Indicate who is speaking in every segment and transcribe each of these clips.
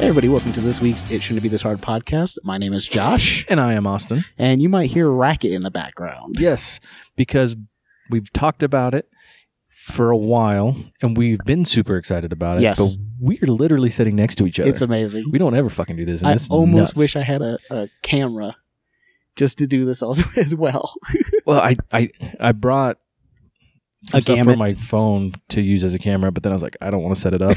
Speaker 1: everybody, welcome to this week's It Shouldn't Be This Hard podcast. My name is Josh,
Speaker 2: And I am Austin.
Speaker 1: and you might hear a racket in the background.
Speaker 2: Yes, because we've talked about it for a while and we've been super excited about it.
Speaker 1: Yes.
Speaker 2: But we're literally sitting next to each other.
Speaker 1: It's amazing.
Speaker 2: we don't ever fucking do this. And
Speaker 1: I
Speaker 2: this is
Speaker 1: almost
Speaker 2: nuts.
Speaker 1: wish I had a, a camera just to do this also as well.
Speaker 2: Well, I, I, I brought
Speaker 1: A
Speaker 2: stuff
Speaker 1: gamut.
Speaker 2: from my phone to use as a camera, but then I was like, I don't want to set it up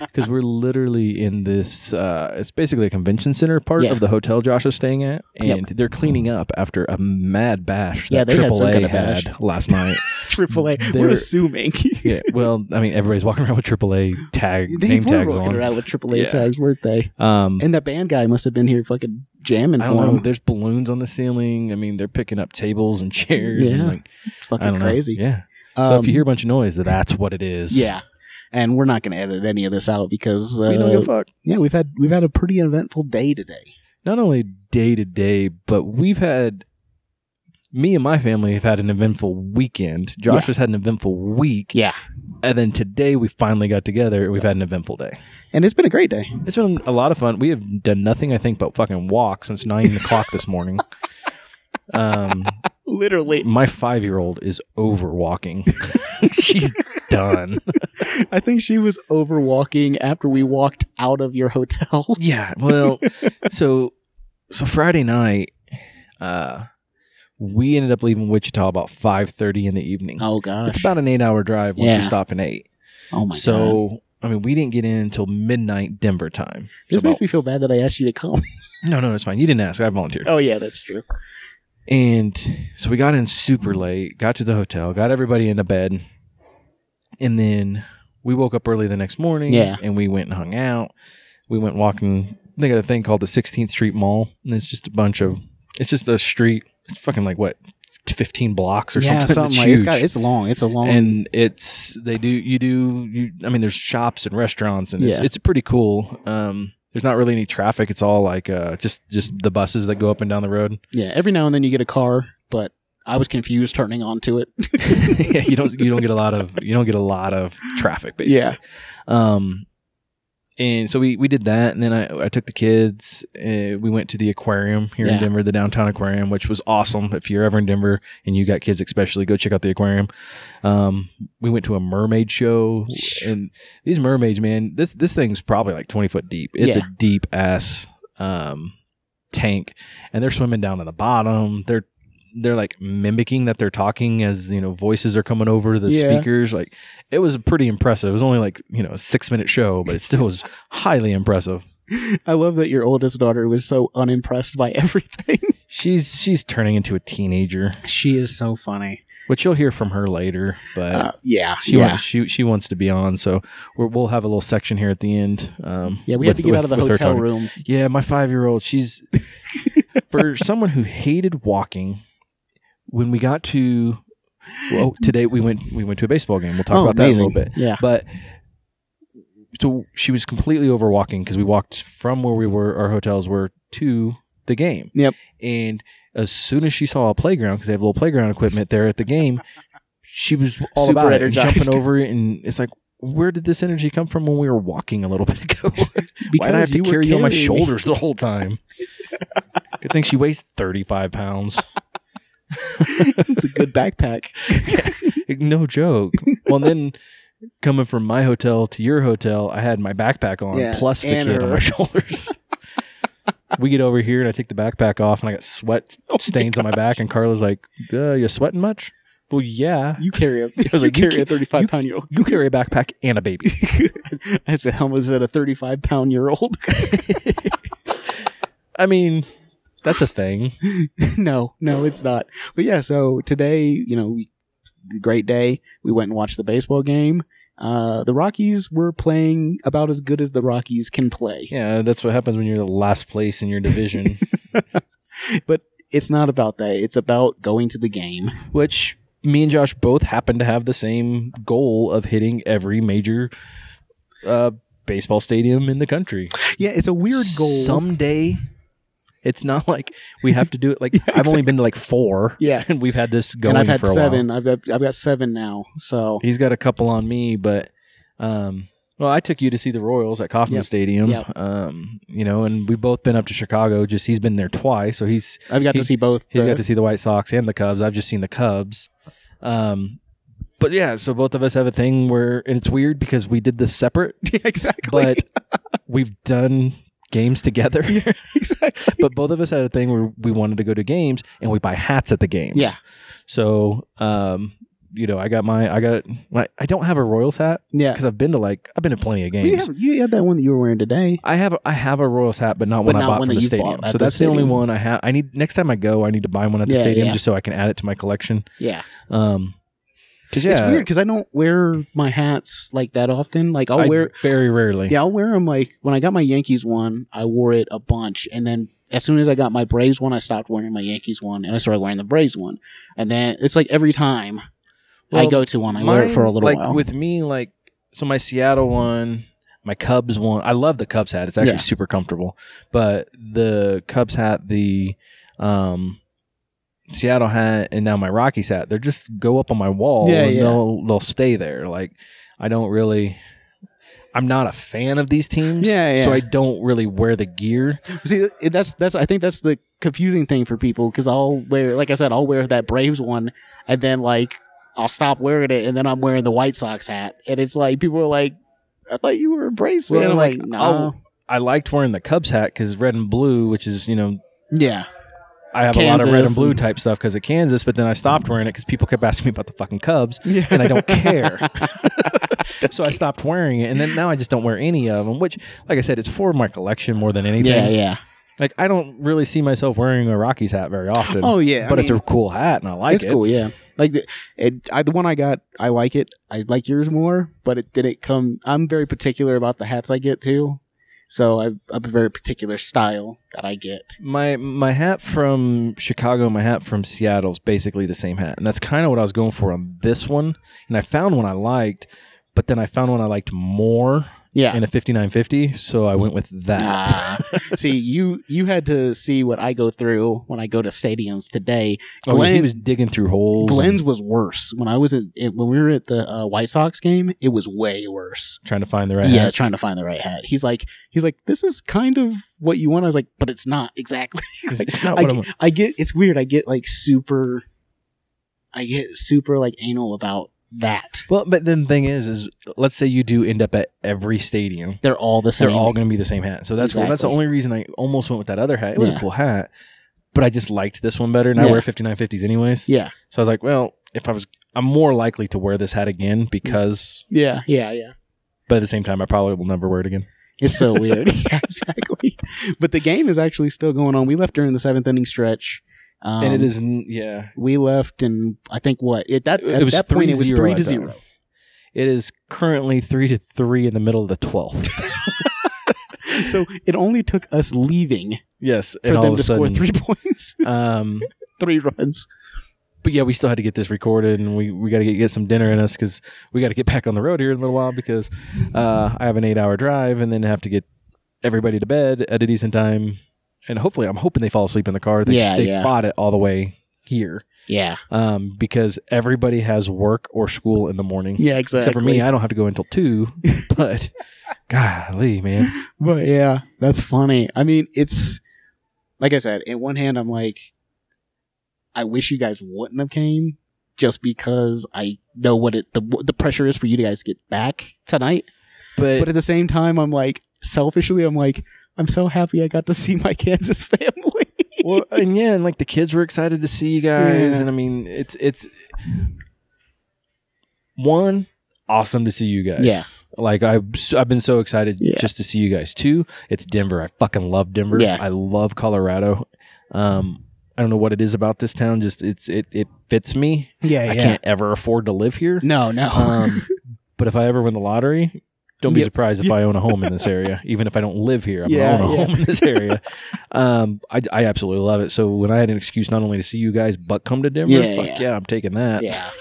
Speaker 2: because we're literally in this. Uh, it's basically a convention center part
Speaker 1: Yeah.
Speaker 2: of the hotel Josh is staying at, and
Speaker 1: Yep.
Speaker 2: they're cleaning up after a mad bash that
Speaker 1: Yeah, they had some
Speaker 2: AAA
Speaker 1: kind of bash.
Speaker 2: had last night.
Speaker 1: Triple A. We're
Speaker 2: They're-
Speaker 1: assuming.
Speaker 2: yeah, well, I mean, everybody's walking around with AAA tag
Speaker 1: they
Speaker 2: name
Speaker 1: were
Speaker 2: tags
Speaker 1: walking
Speaker 2: on.
Speaker 1: around with AAA
Speaker 2: Yeah.
Speaker 1: tags, weren't they?
Speaker 2: Um,
Speaker 1: And that band guy must have been here fucking jamming
Speaker 2: I don't
Speaker 1: for
Speaker 2: know.
Speaker 1: him.
Speaker 2: There's balloons on the ceiling. I mean, they're picking up tables and chairs.
Speaker 1: Yeah.
Speaker 2: and like,
Speaker 1: It's
Speaker 2: I
Speaker 1: fucking
Speaker 2: don't
Speaker 1: crazy. Um,
Speaker 2: know. Yeah. So if you hear a bunch of noise, that's what it is.
Speaker 1: yeah. And we're not going to edit any of this out because uh,
Speaker 2: We don't give a fuck.
Speaker 1: yeah, we've had we've had a pretty eventful day today.
Speaker 2: not only day to day, but we've had me and my family have had an eventful weekend. Josh
Speaker 1: Yeah.
Speaker 2: has had an eventful week,
Speaker 1: Yeah,
Speaker 2: and then today we finally got together. and We've had an eventful day.
Speaker 1: and it's been a great day.
Speaker 2: It's been a lot of fun. We have done nothing, I think, but fucking walk since nine o'clock this morning. Um,
Speaker 1: Literally,
Speaker 2: my five year old is over walking. She's done.
Speaker 1: I think she was over walking after we walked out of your hotel.
Speaker 2: Yeah. Well, so so Friday night, uh, we ended up leaving Wichita about five thirty in the evening.
Speaker 1: Oh gosh!
Speaker 2: It's about an eight hour drive once
Speaker 1: Yeah.
Speaker 2: we stop at eight.
Speaker 1: oh my god!
Speaker 2: so I mean, we didn't get in until midnight Denver time.
Speaker 1: This
Speaker 2: So
Speaker 1: makes me feel bad that I asked you to come.
Speaker 2: about- no, no, it's fine. You didn't ask. I volunteered.
Speaker 1: oh yeah, that's true.
Speaker 2: And so we got in super late. Got to the hotel. Got everybody into bed, and then we woke up early the next morning.
Speaker 1: Yeah.
Speaker 2: and we went and hung out. We went walking. They got a thing called the 16th Street Mall, and it's just a bunch of. It's just a street. It's fucking like what, 15 blocks or
Speaker 1: yeah, something
Speaker 2: something. It's
Speaker 1: like it's
Speaker 2: huge.
Speaker 1: got it's long. It's a long.
Speaker 2: and it's they do you do you i mean there's shops and restaurants and it's,
Speaker 1: Yeah.
Speaker 2: it's pretty cool um there's not really any traffic it's all like uh just just the buses that go up and down the road
Speaker 1: yeah, every now and then you get a car, but I was confused turning onto it.
Speaker 2: yeah you don't you don't get a lot of you don't get a lot of traffic basically
Speaker 1: Yeah.
Speaker 2: um and so we we did that and then i i took the kids uh, we went to the aquarium here
Speaker 1: Yeah.
Speaker 2: in denver the downtown aquarium which was awesome if you're ever in denver and you got kids especially go check out the aquarium um we went to a mermaid show and these mermaids man this this thing's probably like 20 foot deep it's
Speaker 1: Yeah.
Speaker 2: a deep ass um tank and they're swimming down to the bottom they're they're like mimicking that they're talking as you know voices are coming over the
Speaker 1: Yeah.
Speaker 2: speakers like it was pretty impressive it was only like you know a six minute show but it still was highly impressive
Speaker 1: I love that your oldest daughter was so unimpressed by everything.
Speaker 2: she's she's turning into a teenager
Speaker 1: she is so funny.
Speaker 2: which you'll hear from her later but
Speaker 1: Uh, yeah,
Speaker 2: she,
Speaker 1: yeah.
Speaker 2: wants, she she wants to be on so we're, we'll have a little section here at the end um
Speaker 1: yeah, we had to
Speaker 2: with-
Speaker 1: get
Speaker 2: with-
Speaker 1: out of the
Speaker 2: with her
Speaker 1: hotel
Speaker 2: talking.
Speaker 1: room.
Speaker 2: Yeah, my five year old, she's for someone who hated walking, when we got to well, today we went we went to a baseball game. We'll talk about that a little bit.
Speaker 1: Oh, Yeah.
Speaker 2: But so she was completely over walking because we walked from where we were our hotels were to the game.
Speaker 1: Yep.
Speaker 2: And as soon as she saw a playground, because they have little playground equipment there at the game, she was all
Speaker 1: Super
Speaker 2: about it and
Speaker 1: energized.
Speaker 2: jumping over it and it's like where did this energy come from when we were walking a little bit ago? Why
Speaker 1: Because
Speaker 2: did I have to
Speaker 1: were
Speaker 2: carry you on my
Speaker 1: carrying me.
Speaker 2: shoulders the whole time? Good thing she weighs 35 pounds.
Speaker 1: it's a good backpack.
Speaker 2: No joke. Well, then coming from my hotel to your hotel, I had my backpack on
Speaker 1: Yeah,
Speaker 2: plus the
Speaker 1: and
Speaker 2: kid on
Speaker 1: her.
Speaker 2: my shoulders. we get over here and I take the backpack off and I got sweat
Speaker 1: Oh
Speaker 2: stains on my back. And Carla's like, uh, You sweating much? Well, yeah.
Speaker 1: You carry a,
Speaker 2: was like,
Speaker 1: you
Speaker 2: you
Speaker 1: carry
Speaker 2: ca-
Speaker 1: a 35 pound year old.
Speaker 2: You carry a backpack and a baby.
Speaker 1: That's a helmet at a 35 pound year old.
Speaker 2: I mean, that's a thing.
Speaker 1: no, no, it's not. But yeah, so today, you know, we, great day. We went and watched the baseball game. Uh, the Rockies were playing about as good as the Rockies can play.
Speaker 2: Yeah, that's what happens when you're the last place in your division.
Speaker 1: It's not about that. It's about going to the game.
Speaker 2: which me and Josh both happen to have the same goal of hitting every major uh, baseball stadium in the country.
Speaker 1: Yeah, it's a weird goal.
Speaker 2: Someday, it's not like we have to do it. Like I've only been to like four,
Speaker 1: yeah.
Speaker 2: and we've had this going
Speaker 1: And I've had
Speaker 2: for a
Speaker 1: seven.
Speaker 2: while.
Speaker 1: I've got I've got seven now. So
Speaker 2: He's got a couple on me, but um, Well, I took you to see the Royals at Kauffman
Speaker 1: Yep.
Speaker 2: Stadium.
Speaker 1: Yep.
Speaker 2: Um, you know, and we've both been up to Chicago. Just he's been there twice, so he's
Speaker 1: I've got to
Speaker 2: He's-
Speaker 1: see both.
Speaker 2: he's
Speaker 1: the-
Speaker 2: got to see the White Sox and the Cubs. I've just seen the Cubs. Um, but yeah, so both of us have a thing where, and it's weird because we did this separate,
Speaker 1: Yeah, exactly.
Speaker 2: but we've done games together.
Speaker 1: exactly.
Speaker 2: but both of us had a thing where we wanted to go to games and we buy hats at the games.
Speaker 1: Yeah.
Speaker 2: So, um, you know, I got my, I got, my, I don't have a Royals hat
Speaker 1: yeah.
Speaker 2: because I've been to like, I've been to plenty of
Speaker 1: You
Speaker 2: games.
Speaker 1: Uh, have, you have that one that you were wearing today.
Speaker 2: I have, I have a Royals hat, but not
Speaker 1: But
Speaker 2: one I
Speaker 1: not
Speaker 2: bought
Speaker 1: one that
Speaker 2: from the
Speaker 1: you
Speaker 2: stadium.
Speaker 1: bought at
Speaker 2: So
Speaker 1: the
Speaker 2: that's the
Speaker 1: stadium.
Speaker 2: only one I have. I need next time I go, I need to buy one at the
Speaker 1: Yeah,
Speaker 2: stadium
Speaker 1: yeah.
Speaker 2: just so I can add it to my collection.
Speaker 1: Yeah.
Speaker 2: Um, cause yeah,
Speaker 1: It's weird because I don't wear my hats like that often. Like I'll
Speaker 2: I
Speaker 1: wear,
Speaker 2: very rarely.
Speaker 1: yeah, I'll wear them. Like when I got my Yankees one, I wore it a bunch, and then as soon as I got my Braves one, I stopped wearing my Yankees one, and I started wearing the Braves one. And then it's like every time I
Speaker 2: Well,
Speaker 1: go to one, I wear it for a little
Speaker 2: like,
Speaker 1: while.
Speaker 2: With me, like so, my Seattle one, my Cubs one. I love the Cubs hat. It's actually
Speaker 1: Yeah.
Speaker 2: super comfortable. But the Cubs hat, the um, Seattle hat, and now my Rockies hat. They're just go up on my wall.
Speaker 1: Yeah,
Speaker 2: and
Speaker 1: yeah.
Speaker 2: They'll they'll stay there. Like I don't really. I'm not a fan of these teams.
Speaker 1: Yeah, yeah.
Speaker 2: So I don't really wear the gear.
Speaker 1: See, that's that's I think that's the confusing thing for people because I'll wear, like I said, I'll wear that Braves one, and then like I'll stop wearing it, and then I'm wearing the White Sox hat, and it's like people are like, "I thought you were a Braves fan."
Speaker 2: Well,
Speaker 1: I'm like,
Speaker 2: like,
Speaker 1: no,
Speaker 2: I'll- I liked wearing the Cubs hat because red and blue, which is you know
Speaker 1: yeah,
Speaker 2: I have a lot of red
Speaker 1: Kansas
Speaker 2: and blue
Speaker 1: and-
Speaker 2: type stuff because of Kansas, but then I stopped wearing it because people kept asking me about the fucking Cubs,
Speaker 1: yeah,
Speaker 2: and I don't care. so I stopped wearing it, and then now I just don't wear any of them. Which, like I said, it's for my collection more than anything.
Speaker 1: yeah, yeah.
Speaker 2: Like I don't really see myself wearing a Rockies hat very often.
Speaker 1: Oh yeah, I
Speaker 2: but it's
Speaker 1: mean,
Speaker 2: a cool hat, and I like
Speaker 1: it's
Speaker 2: it.
Speaker 1: cool. Yeah, like the, it, I, the one I got, I like it. I like yours more, but it didn't come. I'm very particular about the hats I get too, so I, I have a very particular style that I get.
Speaker 2: My my hat from Chicago, and my hat from Seattle is basically the same hat, and that's kind of what I was going for on this one. And I found one I liked, but then I found one I liked more
Speaker 1: Yeah.
Speaker 2: in a fifty nine fifty, so I went with that.
Speaker 1: Nah. Ah. see, you you had to see what I go through when I go to stadiums today.
Speaker 2: Oh, yeah, he
Speaker 1: Glenn-
Speaker 2: was digging through holes.
Speaker 1: Glenn's
Speaker 2: and
Speaker 1: was worse when I was at, it- when we were at the uh, White Sox game. It was way worse.
Speaker 2: trying to find the right.
Speaker 1: yeah,
Speaker 2: hat.
Speaker 1: trying to find the right hat. He's like, he's like, this is kind of what you want. I was like, but it's not exactly.
Speaker 2: It's- it's not
Speaker 1: I,
Speaker 2: what I'm-
Speaker 1: get- I get it's weird. I get like super, I get super like anal about that.
Speaker 2: well, but then the thing is, is let's say you do end up at every stadium,
Speaker 1: They're all the same.
Speaker 2: they're all going to be the same hat. So that's that's the
Speaker 1: Exactly.
Speaker 2: only reason I almost went with that other hat. It was a
Speaker 1: Yeah.
Speaker 2: cool hat, but I just liked this one better, and I
Speaker 1: Yeah.
Speaker 2: wear fifty nine fifties anyways.
Speaker 1: yeah,
Speaker 2: So I was like, well, if I was, I'm more likely to wear this hat again because,
Speaker 1: yeah, yeah, yeah.
Speaker 2: but at the same time, I probably will never wear it again.
Speaker 1: It's so weird. yeah, exactly. But the game is actually still going on. We left during the seventh inning stretch. Um,
Speaker 2: and it is, n- yeah,
Speaker 1: We left, and I think what at that
Speaker 2: It
Speaker 1: at
Speaker 2: was
Speaker 1: that point it was
Speaker 2: 3-0
Speaker 1: three
Speaker 2: at
Speaker 1: to
Speaker 2: that.
Speaker 1: zero.
Speaker 2: it is currently three to three in the middle of the twelfth.
Speaker 1: So it only took us leaving
Speaker 2: yes,
Speaker 1: for
Speaker 2: and all
Speaker 1: them
Speaker 2: of
Speaker 1: to
Speaker 2: a
Speaker 1: score
Speaker 2: sudden,
Speaker 1: three points,
Speaker 2: Um,
Speaker 1: three runs.
Speaker 2: but yeah, we still had to get this recorded, and we, we got to get, get some dinner in us because we got to get back on the road here in a little while because uh, I have an eight hour drive and then have to get everybody to bed at a decent time. And hopefully, I'm hoping they fall asleep in the car. They,
Speaker 1: Yeah,
Speaker 2: they
Speaker 1: yeah.
Speaker 2: fought it all the way here
Speaker 1: Yeah,
Speaker 2: um, because everybody has work or school in the morning.
Speaker 1: yeah, exactly.
Speaker 2: Except for me, I don't have to go until two. But golly, man,
Speaker 1: But yeah, that's funny. I mean, it's like I said, in one hand I'm like I wish you guys wouldn't have came just because I know what it the the pressure is for you guys to get back tonight.
Speaker 2: but,
Speaker 1: But at the same time I'm like selfishly I'm like I'm so happy I got to see my Kansas family.
Speaker 2: well, and yeah, and like the kids were excited to see you guys,
Speaker 1: Yeah.
Speaker 2: and I mean, it's it's one awesome to see you guys.
Speaker 1: Yeah.
Speaker 2: Like I've s- I've been so excited
Speaker 1: Yeah.
Speaker 2: just to see you guys. Two, it's Denver. I fucking love Denver.
Speaker 1: Yeah.
Speaker 2: I love Colorado. Um, I don't know what it is about this town. Just it's it it fits me.
Speaker 1: Yeah,
Speaker 2: I can't ever afford to live here.
Speaker 1: No, no.
Speaker 2: Um, but if I ever win the lottery, don't be
Speaker 1: Yep.
Speaker 2: surprised if I own a home in this area, even if I don't live here. I'm
Speaker 1: Yeah,
Speaker 2: gonna own a
Speaker 1: yeah.
Speaker 2: home in this area. Um, I, I absolutely love it. So when I had an excuse not only to see you guys but come to Denver,
Speaker 1: Yeah,
Speaker 2: fuck yeah,
Speaker 1: yeah.
Speaker 2: I'm taking that.
Speaker 1: yeah.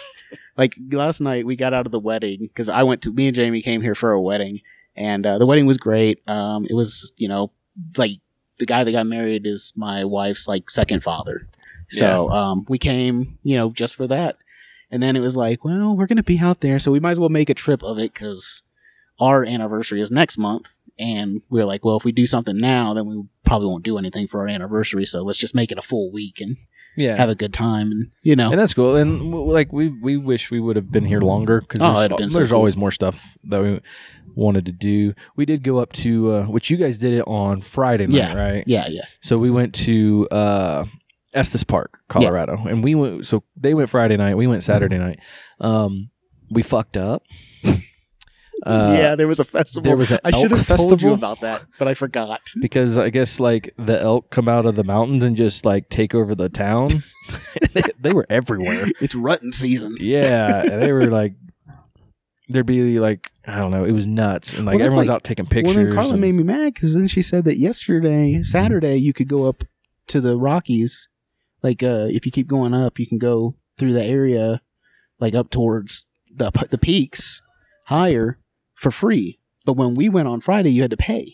Speaker 1: Like last night, we got out of the wedding because I went to me and Jamie came here for a wedding, and uh, the wedding was great. Um, it was you know like the guy that got married is my wife's like second father, so um, we came you know just for that, and then it was like, well, we're gonna be out there, so we might as well make a trip of it because our anniversary is next month. And we are like, well, if we do something now, then we probably won't do anything for our anniversary. So let's just make it a full week and
Speaker 2: Yeah.
Speaker 1: have a good time. And, you know,
Speaker 2: and that's cool. And w- like we we wish we would have been here longer because
Speaker 1: Oh,
Speaker 2: there's,
Speaker 1: it'd been so
Speaker 2: there's
Speaker 1: cool.
Speaker 2: always more stuff that we wanted to do. We did go up to uh, which you guys did it on Friday night,
Speaker 1: Yeah.
Speaker 2: right?
Speaker 1: yeah, yeah.
Speaker 2: So we went to uh, Estes Park, Colorado, and we went. So they went Friday night. We went
Speaker 1: Uh-huh.
Speaker 2: Saturday night. Um, we fucked up. Uh,
Speaker 1: yeah, there was a festival.
Speaker 2: there was an
Speaker 1: I should
Speaker 2: elk
Speaker 1: have told
Speaker 2: festival?
Speaker 1: you about that, but I forgot.
Speaker 2: because I guess like the elk come out of the mountains and just like take over the town. they, they were everywhere.
Speaker 1: It's rutting season.
Speaker 2: Yeah, and they were like, there'd be like I don't know, it was nuts, and like
Speaker 1: Well, that's
Speaker 2: everyone's
Speaker 1: like-
Speaker 2: out taking pictures.
Speaker 1: Well, then Carla
Speaker 2: and-
Speaker 1: made me mad because then she said that yesterday, Saturday, you could go up to the Rockies. Like, uh, if you keep going up, you can go through the area, like up towards the p- the peaks, higher for free. But when we went on Friday, you had to pay.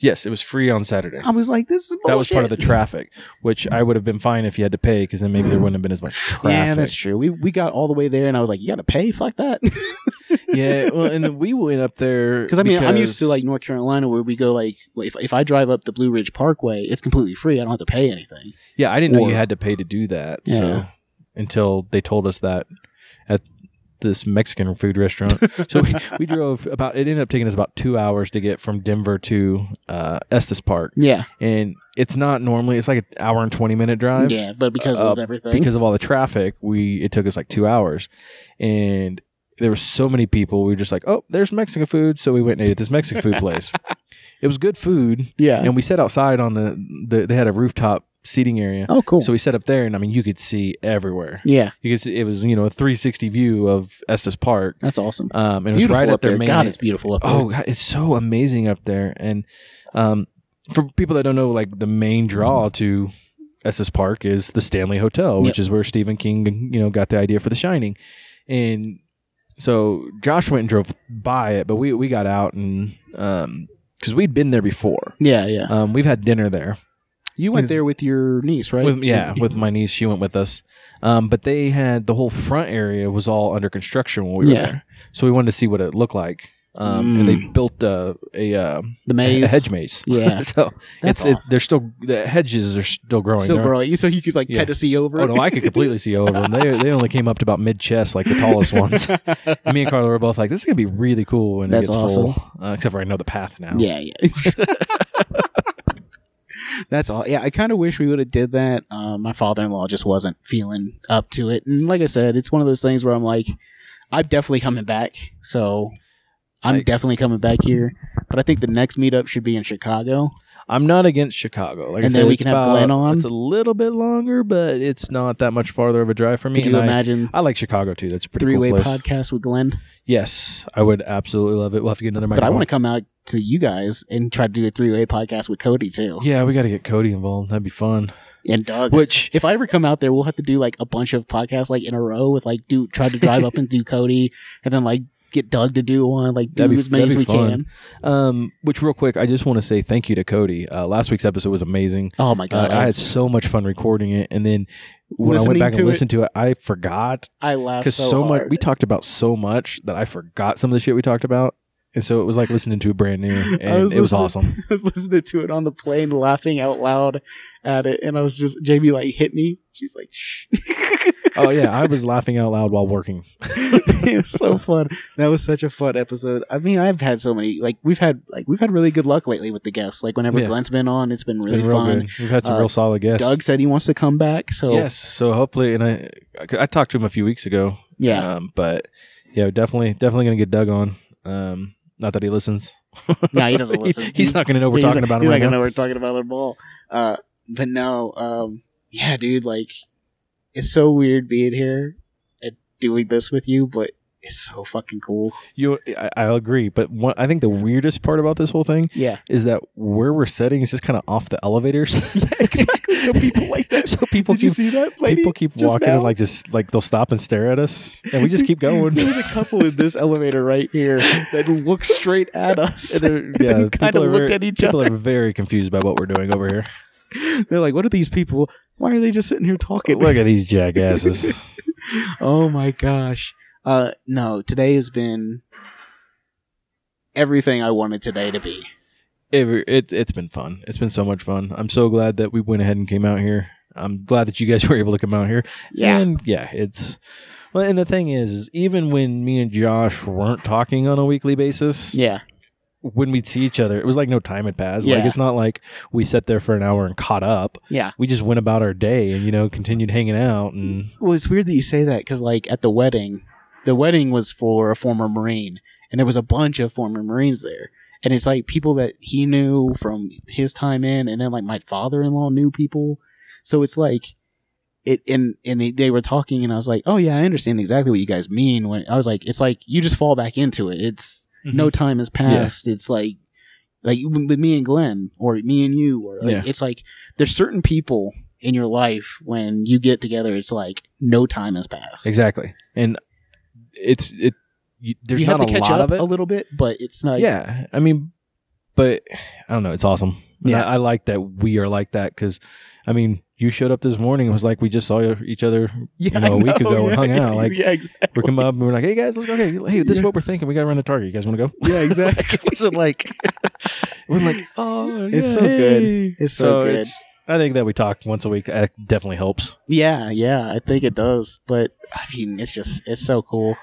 Speaker 2: yes, it was free on Saturday.
Speaker 1: I was like, this is bullshit.
Speaker 2: that was part of the traffic, which I would have been fine if you had to pay, because then maybe there wouldn't have been as much traffic.
Speaker 1: Yeah, that's true. We we got all the way there, and I was like, you got to pay. Fuck that.
Speaker 2: yeah, well, and we went up there
Speaker 1: Because I mean, I'm used to like North Carolina, where we go like if if I drive up the Blue Ridge Parkway, it's completely free. I don't have to pay anything.
Speaker 2: yeah, I didn't know
Speaker 1: or-
Speaker 2: you had to pay to do that. So
Speaker 1: Yeah.
Speaker 2: until they told us that at this Mexican food restaurant, so we, we drove about. It ended up taking us about two hours to get from Denver to uh, Estes Park.
Speaker 1: Yeah,
Speaker 2: and it's not normally it's like an hour and 20 minute drive
Speaker 1: yeah, but because of
Speaker 2: uh,
Speaker 1: everything,
Speaker 2: because of all the traffic we it took us like two hours and there were so many people we were just like oh there's mexican food so we went and ate at this mexican food place it was good food
Speaker 1: yeah.
Speaker 2: and we sat outside on the, the they had a rooftop seating area
Speaker 1: oh, cool.
Speaker 2: so we sat up there and i mean you could see everywhere
Speaker 1: yeah,
Speaker 2: you could see it was you know a 360 view of estes park
Speaker 1: that's awesome.
Speaker 2: um and it was
Speaker 1: beautiful
Speaker 2: right
Speaker 1: up
Speaker 2: at their
Speaker 1: there.
Speaker 2: main
Speaker 1: God, it's beautiful up
Speaker 2: Oh, God, it's so amazing up there. And um, for people that don't know, like the main draw to Estes Park is the Stanley Hotel, which is where Stephen King, you know, got the idea for The Shining. And so Josh went and drove by it, but we we got out and um, because we'd been there before.
Speaker 1: there. Yeah, yeah.
Speaker 2: Um, we've had dinner there.
Speaker 1: You went
Speaker 2: it's-
Speaker 1: there with your niece, right?
Speaker 2: With, yeah, with my niece, she went with us. Um, but they had the whole front area was all under construction when we were
Speaker 1: Yeah.
Speaker 2: there, so we wanted to see what it looked like. Um, And they built a a, uh,
Speaker 1: the
Speaker 2: a
Speaker 1: maze.
Speaker 2: hedge maze.
Speaker 1: Yeah.
Speaker 2: so
Speaker 1: That's
Speaker 2: it's it, they're still the hedges are still growing.
Speaker 1: Still
Speaker 2: They're-
Speaker 1: growing, so you could like
Speaker 2: Yeah.
Speaker 1: kind of see over.
Speaker 2: Oh no, I could completely see over them. They they only came up to about mid chest, like the tallest ones. And me and Carla were both like, "This is gonna be really cool when
Speaker 1: That's
Speaker 2: it gets
Speaker 1: awesome.
Speaker 2: full." Uh, except for I know the path now.
Speaker 1: Yeah, yeah. That's all. Yeah, I kind of wish we would have did that. Um, my father-in-law just wasn't feeling up to it, and like I said, it's one of those things where I'm like, I'm definitely coming back. So I'm
Speaker 2: Like-
Speaker 1: definitely coming back here. But I think the next meetup should be in Chicago.
Speaker 2: I'm not against Chicago. Like I
Speaker 1: And
Speaker 2: said,
Speaker 1: then we
Speaker 2: it's
Speaker 1: can have
Speaker 2: about-
Speaker 1: Glenn on.
Speaker 2: It's a little bit longer, but it's not that much farther of a drive for me.
Speaker 1: Could you
Speaker 2: and I,
Speaker 1: imagine
Speaker 2: I like Chicago too. That's a pretty
Speaker 1: three-way
Speaker 2: cool place.
Speaker 1: podcast with Glenn?
Speaker 2: Yes, I would absolutely love it. We'll have to get another
Speaker 1: But
Speaker 2: microphone.
Speaker 1: I want to come out to you guys and try to do a three-way podcast with Cody too
Speaker 2: Yeah, we got to get Cody involved. That'd be fun.
Speaker 1: and Doug.
Speaker 2: Which
Speaker 1: if I ever come out there, we'll have to do like a bunch of podcasts like in a row with like do try to drive up and do Cody, and then like get Doug to do one, like do
Speaker 2: That'd be-
Speaker 1: as many
Speaker 2: that'd
Speaker 1: as
Speaker 2: be
Speaker 1: we
Speaker 2: fun.
Speaker 1: can.
Speaker 2: Um, which real quick, I just want to say thank you to Cody. Uh, last week's episode was amazing.
Speaker 1: Oh my god,
Speaker 2: Uh, I
Speaker 1: I,
Speaker 2: had so much fun recording it, and then when I
Speaker 1: Listening
Speaker 2: went back
Speaker 1: to
Speaker 2: and
Speaker 1: it.
Speaker 2: listened to it, I forgot
Speaker 1: I laughed
Speaker 2: because
Speaker 1: so,
Speaker 2: so, much
Speaker 1: hard.
Speaker 2: we talked about so much that I forgot some of the shit we talked about, and so it was like listening to a brand new, and
Speaker 1: was
Speaker 2: it was
Speaker 1: listening-
Speaker 2: awesome.
Speaker 1: I was listening to it on the plane, laughing out loud at it, and I was just Jamie like hit me. She's like, Shh.
Speaker 2: oh yeah, I was laughing out loud while working.
Speaker 1: it was so fun. That was such a fun episode. I mean, I've had so many like we've had like we've had really good luck lately with the guests. Like whenever
Speaker 2: Yeah.
Speaker 1: Glenn's been on, it's been
Speaker 2: It's
Speaker 1: really
Speaker 2: been real
Speaker 1: fun.
Speaker 2: good. We've had some
Speaker 1: Uh,
Speaker 2: real solid guests.
Speaker 1: Doug said he wants to come back, so
Speaker 2: yes, so hopefully, and I I talked to him a few weeks ago.
Speaker 1: yeah.
Speaker 2: Um, but yeah, definitely, definitely gonna get Doug on. Um, not that he listens.
Speaker 1: No, he doesn't listen.
Speaker 2: he's, not gonna know we're
Speaker 1: He's
Speaker 2: talking
Speaker 1: like-
Speaker 2: about him
Speaker 1: he's
Speaker 2: right
Speaker 1: like, I
Speaker 2: now.
Speaker 1: know we're talking about him all. Uh, but no, um, yeah, dude, like it's so weird being here and doing this with you, but it's so fucking cool.
Speaker 2: You, I, I agree. But one, I think the weirdest part about this whole thing
Speaker 1: Yeah,
Speaker 2: is that where we're sitting is just kind of off the elevators.
Speaker 1: yeah, exactly. So people like that.
Speaker 2: so people
Speaker 1: Did you
Speaker 2: keep
Speaker 1: see that? Lady?
Speaker 2: people keep
Speaker 1: just
Speaker 2: walking
Speaker 1: now?
Speaker 2: and like just like they'll stop and stare at us, and we just keep going.
Speaker 1: There was a couple in this elevator right here that looked straight at us.
Speaker 2: And they're-
Speaker 1: then
Speaker 2: yeah,
Speaker 1: kinda
Speaker 2: people are
Speaker 1: looked
Speaker 2: very-
Speaker 1: at each
Speaker 2: People are very confused by what we're doing over here.
Speaker 1: They're like, "What are these people? Why are they just sitting here talking?"
Speaker 2: Look at these jackasses.
Speaker 1: oh my gosh. Uh no, today has been everything I wanted today to be.
Speaker 2: It, it, it's been fun. It's been so much fun. I'm so glad that we went ahead and came out here. I'm glad that you guys were able to come out here. And yeah, it's well and the thing is, is even when me and Josh weren't talking on a weekly basis,
Speaker 1: Yeah.
Speaker 2: when we'd see each other, it was like no time had passed. Like
Speaker 1: Yeah.
Speaker 2: it's not like we sat there for an hour and caught up.
Speaker 1: Yeah.
Speaker 2: We just went about our day and you know, continued hanging out and
Speaker 1: Well, it's weird that you say that because, like, at the wedding, the wedding was for a former Marine, and there was a bunch of former Marines there. And it's like people that he knew from his time in, and then like my father in law knew people. So it's like, it and and they- they were talking, and I was like, oh yeah, I understand exactly what you guys mean. When I was like, it's like you just fall back into it. It's no time has passed. It's like like you- with me and Glenn or me and you or like,
Speaker 2: Yeah.
Speaker 1: it's like there's certain people in your life when you get together it's like no time has passed.
Speaker 2: Exactly. And it's it you, there's
Speaker 1: you
Speaker 2: not
Speaker 1: have to
Speaker 2: a
Speaker 1: catch
Speaker 2: lot
Speaker 1: up
Speaker 2: of it.
Speaker 1: a little bit, but it's not
Speaker 2: yeah i mean but i don't know it's awesome And
Speaker 1: Yeah.
Speaker 2: I, I like that we are like that because i mean you showed up this morning it was like we just saw each other
Speaker 1: yeah,
Speaker 2: You know,
Speaker 1: I
Speaker 2: a week ago we hung out, like,
Speaker 1: yeah, exactly.
Speaker 2: we're coming up and we're like hey guys let's go hey, hey this is what we're thinking we gotta run to target you guys want to go
Speaker 1: yeah, exactly.
Speaker 2: like, it wasn't like we're like oh
Speaker 1: It's
Speaker 2: yeah,
Speaker 1: so good.
Speaker 2: hey.
Speaker 1: It's so good.
Speaker 2: i think that we talk once a week uh, definitely helps
Speaker 1: Yeah, yeah, I think it does. But I mean, it's just it's so cool.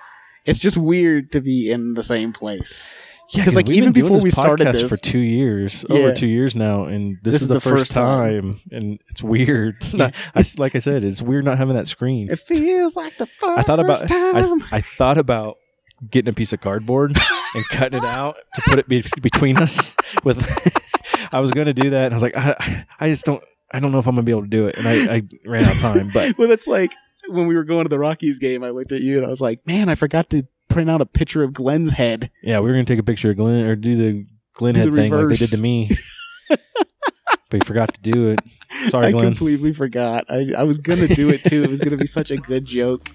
Speaker 1: It's just weird to be in the same place.
Speaker 2: yeah
Speaker 1: 'Cause, like,
Speaker 2: we've been
Speaker 1: even
Speaker 2: doing
Speaker 1: before
Speaker 2: this
Speaker 1: we started
Speaker 2: podcast
Speaker 1: this-
Speaker 2: for two years over
Speaker 1: Yeah.
Speaker 2: two years now and this, is, the, first time. and it's weird
Speaker 1: Yeah.
Speaker 2: I, like i said it's weird not having that screen
Speaker 1: It feels like the first
Speaker 2: I thought about
Speaker 1: time.
Speaker 2: I, I thought about getting a piece of cardboard and cutting it out to put it be- between us. With I was going to do that, and I was like, I, I just don't, I don't know if I'm going to be able to do it, and I, I ran out of time. But
Speaker 1: well, that's like when we were going to the Rockies game. I looked at you and I was like, "Man, I forgot to print out a picture of Glenn's head."
Speaker 2: yeah, we were going to take a picture of Glenn or do the Glenn
Speaker 1: Do
Speaker 2: head
Speaker 1: the
Speaker 2: thing like they did
Speaker 1: reverse.
Speaker 2: to me, but he forgot to do it. Sorry,
Speaker 1: I
Speaker 2: Glenn.
Speaker 1: completely forgot. I, I was gonna do it too. It was gonna be such a good joke,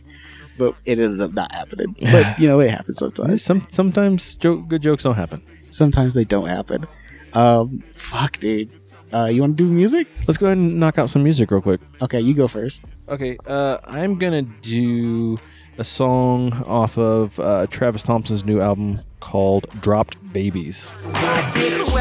Speaker 1: but it ended up not happening. But you know, it happens sometimes.
Speaker 2: Some sometimes joke, good jokes don't happen.
Speaker 1: Sometimes they don't happen. Um, fuck, dude. Uh, you want to do music?
Speaker 2: Let's go ahead and knock out some music real quick.
Speaker 1: Okay, you go first.
Speaker 2: Okay, uh, I'm gonna do a song off of uh, Travis Thompson's new album called "Dropped Babies."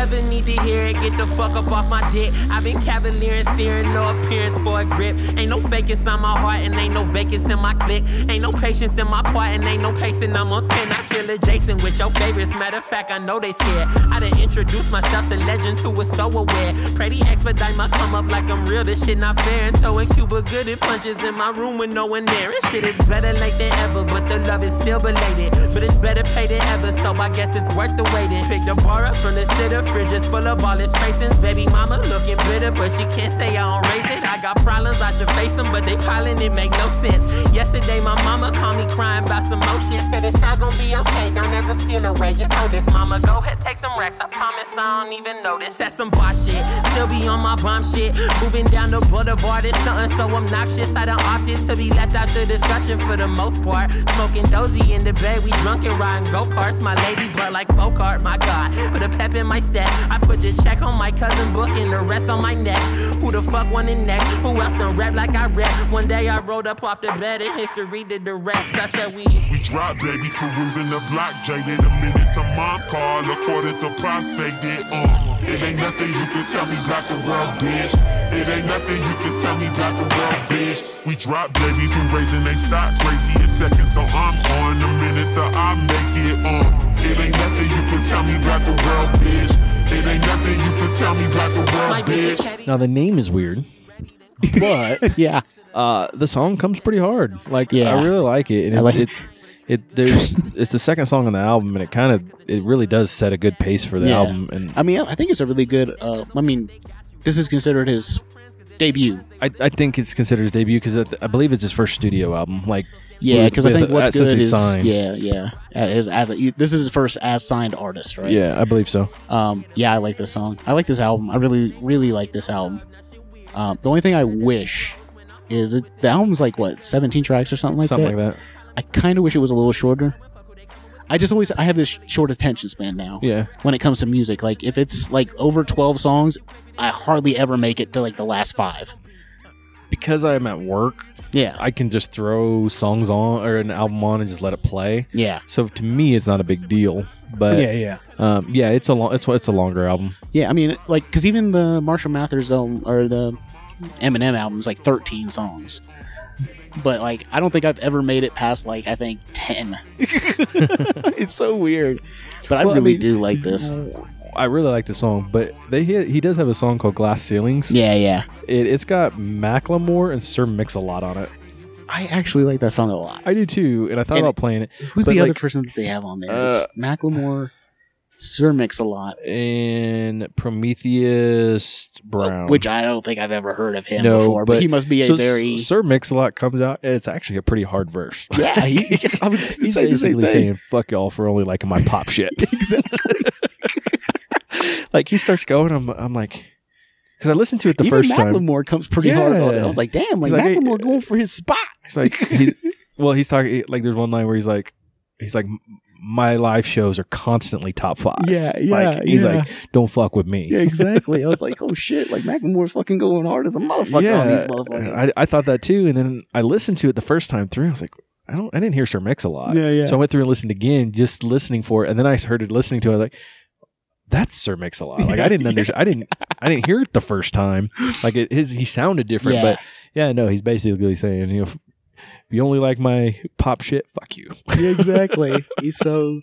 Speaker 3: Whoever need to hear it, get the fuck up off my dick. I've been cavalier and steering, no appearance for a grip. Ain't no fakings on my heart, and ain't no vacants in my click. Ain't no patience in my part, and ain't no pacing. I'm on 10, I feel adjacent with your favorites. Matter of fact, I know they scared. I done introduced myself to legends who was so aware. Pray they expedite my come up like I'm real. This shit not fair. And throwing Cuba good and punches in my room with no one there. And shit is better late than ever, but the love is still belated. But it's better paid than ever, so I guess it's worth the waiting. Picked the bar up from the sitter, fridge is full of all its tracings. Baby mama looking bitter, but she can't say I don't raise it. I got problems, I should face them, but they piling it make no sense. Yesterday, my mama called me crying about some motion. Said it's not gonna be okay, don't ever feel no way. Just hold this, mama. Go ahead, take some racks. I promise I don't even notice. That's some boss shit. Still be on my bomb shit. Moving down the boulevard, it's something so obnoxious. I done opted to be left out the discussion for the most part. Smoking dozy in the bay, we drunk and riding go karts. My lady butt like folk art, my god. Put a pep in my step. I put the check on my cousin book and the rest on my neck. Who the fuck wanted next? Who else done rap like I rap? One day I rolled up off the bed and history did the rest. I said we.
Speaker 4: We drop babies perusing the block, jaded a minute to mom call, according to prospected. Uh, it ain't nothing you can tell me black the world, bitch. It ain't nothing you can tell me black the world, bitch. We drop babies who raising they stock crazy in seconds, so I'm on a minute till I make it. Uh, it ain't nothing you can tell me black the world, bitch. It ain't nothing you can tell me black the
Speaker 3: My
Speaker 4: world,
Speaker 3: bitch
Speaker 4: bitch.
Speaker 3: is petty.
Speaker 2: Now the name is weird, but
Speaker 1: Yeah.
Speaker 2: uh, the song comes pretty hard. Like
Speaker 1: Yeah.
Speaker 2: I really like it, and
Speaker 1: I
Speaker 2: it,
Speaker 1: like-
Speaker 2: it's it there's it's the second song on the album, and it kind of it really does set a good pace for the
Speaker 1: Yeah.
Speaker 2: album. And
Speaker 1: I mean, I think it's a really good. Uh, I mean, this is considered his debut.
Speaker 2: I, I think it's considered his debut because I, I believe it's his first studio album. Like
Speaker 1: Yeah,
Speaker 2: with-
Speaker 1: because I
Speaker 2: with- uh,
Speaker 1: think what's
Speaker 2: since
Speaker 1: good
Speaker 2: he
Speaker 1: is
Speaker 2: signed.
Speaker 1: yeah, yeah. As, as a, this is his first as signed artist, right?
Speaker 2: yeah, I believe so.
Speaker 1: Um, yeah, I like this song. I like this album. I really, really like this album. Um, the only thing I wish is it, the album's like what, seventeen tracks or something like
Speaker 2: Something
Speaker 1: that.
Speaker 2: like that.
Speaker 1: I kind of wish it was a little shorter. I just always I have this short attention span now.
Speaker 2: Yeah.
Speaker 1: When it comes to music, like if it's like over twelve songs, I hardly ever make it to like the last five.
Speaker 2: because I'm at work
Speaker 1: Yeah.
Speaker 2: I can just throw songs on or an album on and just let it play.
Speaker 1: yeah.
Speaker 2: So to me, it's not a big deal. But
Speaker 5: yeah,
Speaker 2: yeah,
Speaker 5: yeah.
Speaker 2: um, yeah it's a long, it's it's a longer album.
Speaker 1: Yeah, I mean, like, because even the Marshall Mathers album or the Eminem album is like 13 songs. But, like, I don't think I've ever made it past, like, I think 10. it's so weird. But I
Speaker 2: Well, I
Speaker 1: really
Speaker 2: mean- uh,
Speaker 1: do like this.
Speaker 2: I really like the song, but they he, he does have a song called Glass Ceilings.
Speaker 1: Yeah, yeah.
Speaker 2: It, it's got Macklemore and Sir Mix-a-Lot on it.
Speaker 1: I actually like that song a lot.
Speaker 2: I do too, and I thought
Speaker 1: And-
Speaker 2: about playing it.
Speaker 1: Who's
Speaker 2: But,
Speaker 1: the other
Speaker 2: like,
Speaker 1: person that they have on there?
Speaker 2: uh,
Speaker 1: It's Macklemore, Sir Mix a lot,
Speaker 2: And Prometheus Brown,
Speaker 1: which I don't think I've ever heard of him
Speaker 2: No,
Speaker 1: before. But,
Speaker 2: but-
Speaker 1: he must be a
Speaker 2: so S-
Speaker 1: very
Speaker 2: Sir Mix-a-Lot comes out, and it's actually a pretty hard verse.
Speaker 1: yeah. He, I was gonna
Speaker 2: He's
Speaker 1: say the same
Speaker 2: basically
Speaker 1: thing.
Speaker 2: saying "fuck y'all" for only liking my pop shit.
Speaker 1: exactly.
Speaker 2: like he starts going, I'm I'm like, because I listened to it the
Speaker 1: Even
Speaker 2: first time.
Speaker 1: Macklemore comes pretty hard on it. I
Speaker 2: Yeah.
Speaker 1: was like, damn, like,
Speaker 2: He's like, hey,
Speaker 1: Macklemore
Speaker 2: uh,
Speaker 1: going for his spot.
Speaker 2: He's like, he's, well, he's talking like there's one line where he's like, he's like, my live shows are constantly top five.
Speaker 1: Yeah, yeah,
Speaker 2: Like, he's
Speaker 1: yeah.
Speaker 2: like, don't fuck with me.
Speaker 1: Yeah, exactly. I was like, oh shit, like Macklemore's fucking going hard as a motherfucker on these motherfuckers.
Speaker 2: I, I thought that too, and then I listened to it the first time through. I was like, I don't, I didn't hear Sir Mix a lot.
Speaker 1: yeah, yeah.
Speaker 2: So I went through and listened again, just listening for it, and then I heard it listening to it I was like. That's Sir Mix a lot. Like I didn't understand. I didn't. I didn't hear it the first time. Like it, his, he sounded different.
Speaker 1: Yeah.
Speaker 2: But yeah, no, he's basically saying, you know, if you only like my pop shit, fuck you.
Speaker 1: yeah, exactly. He's so.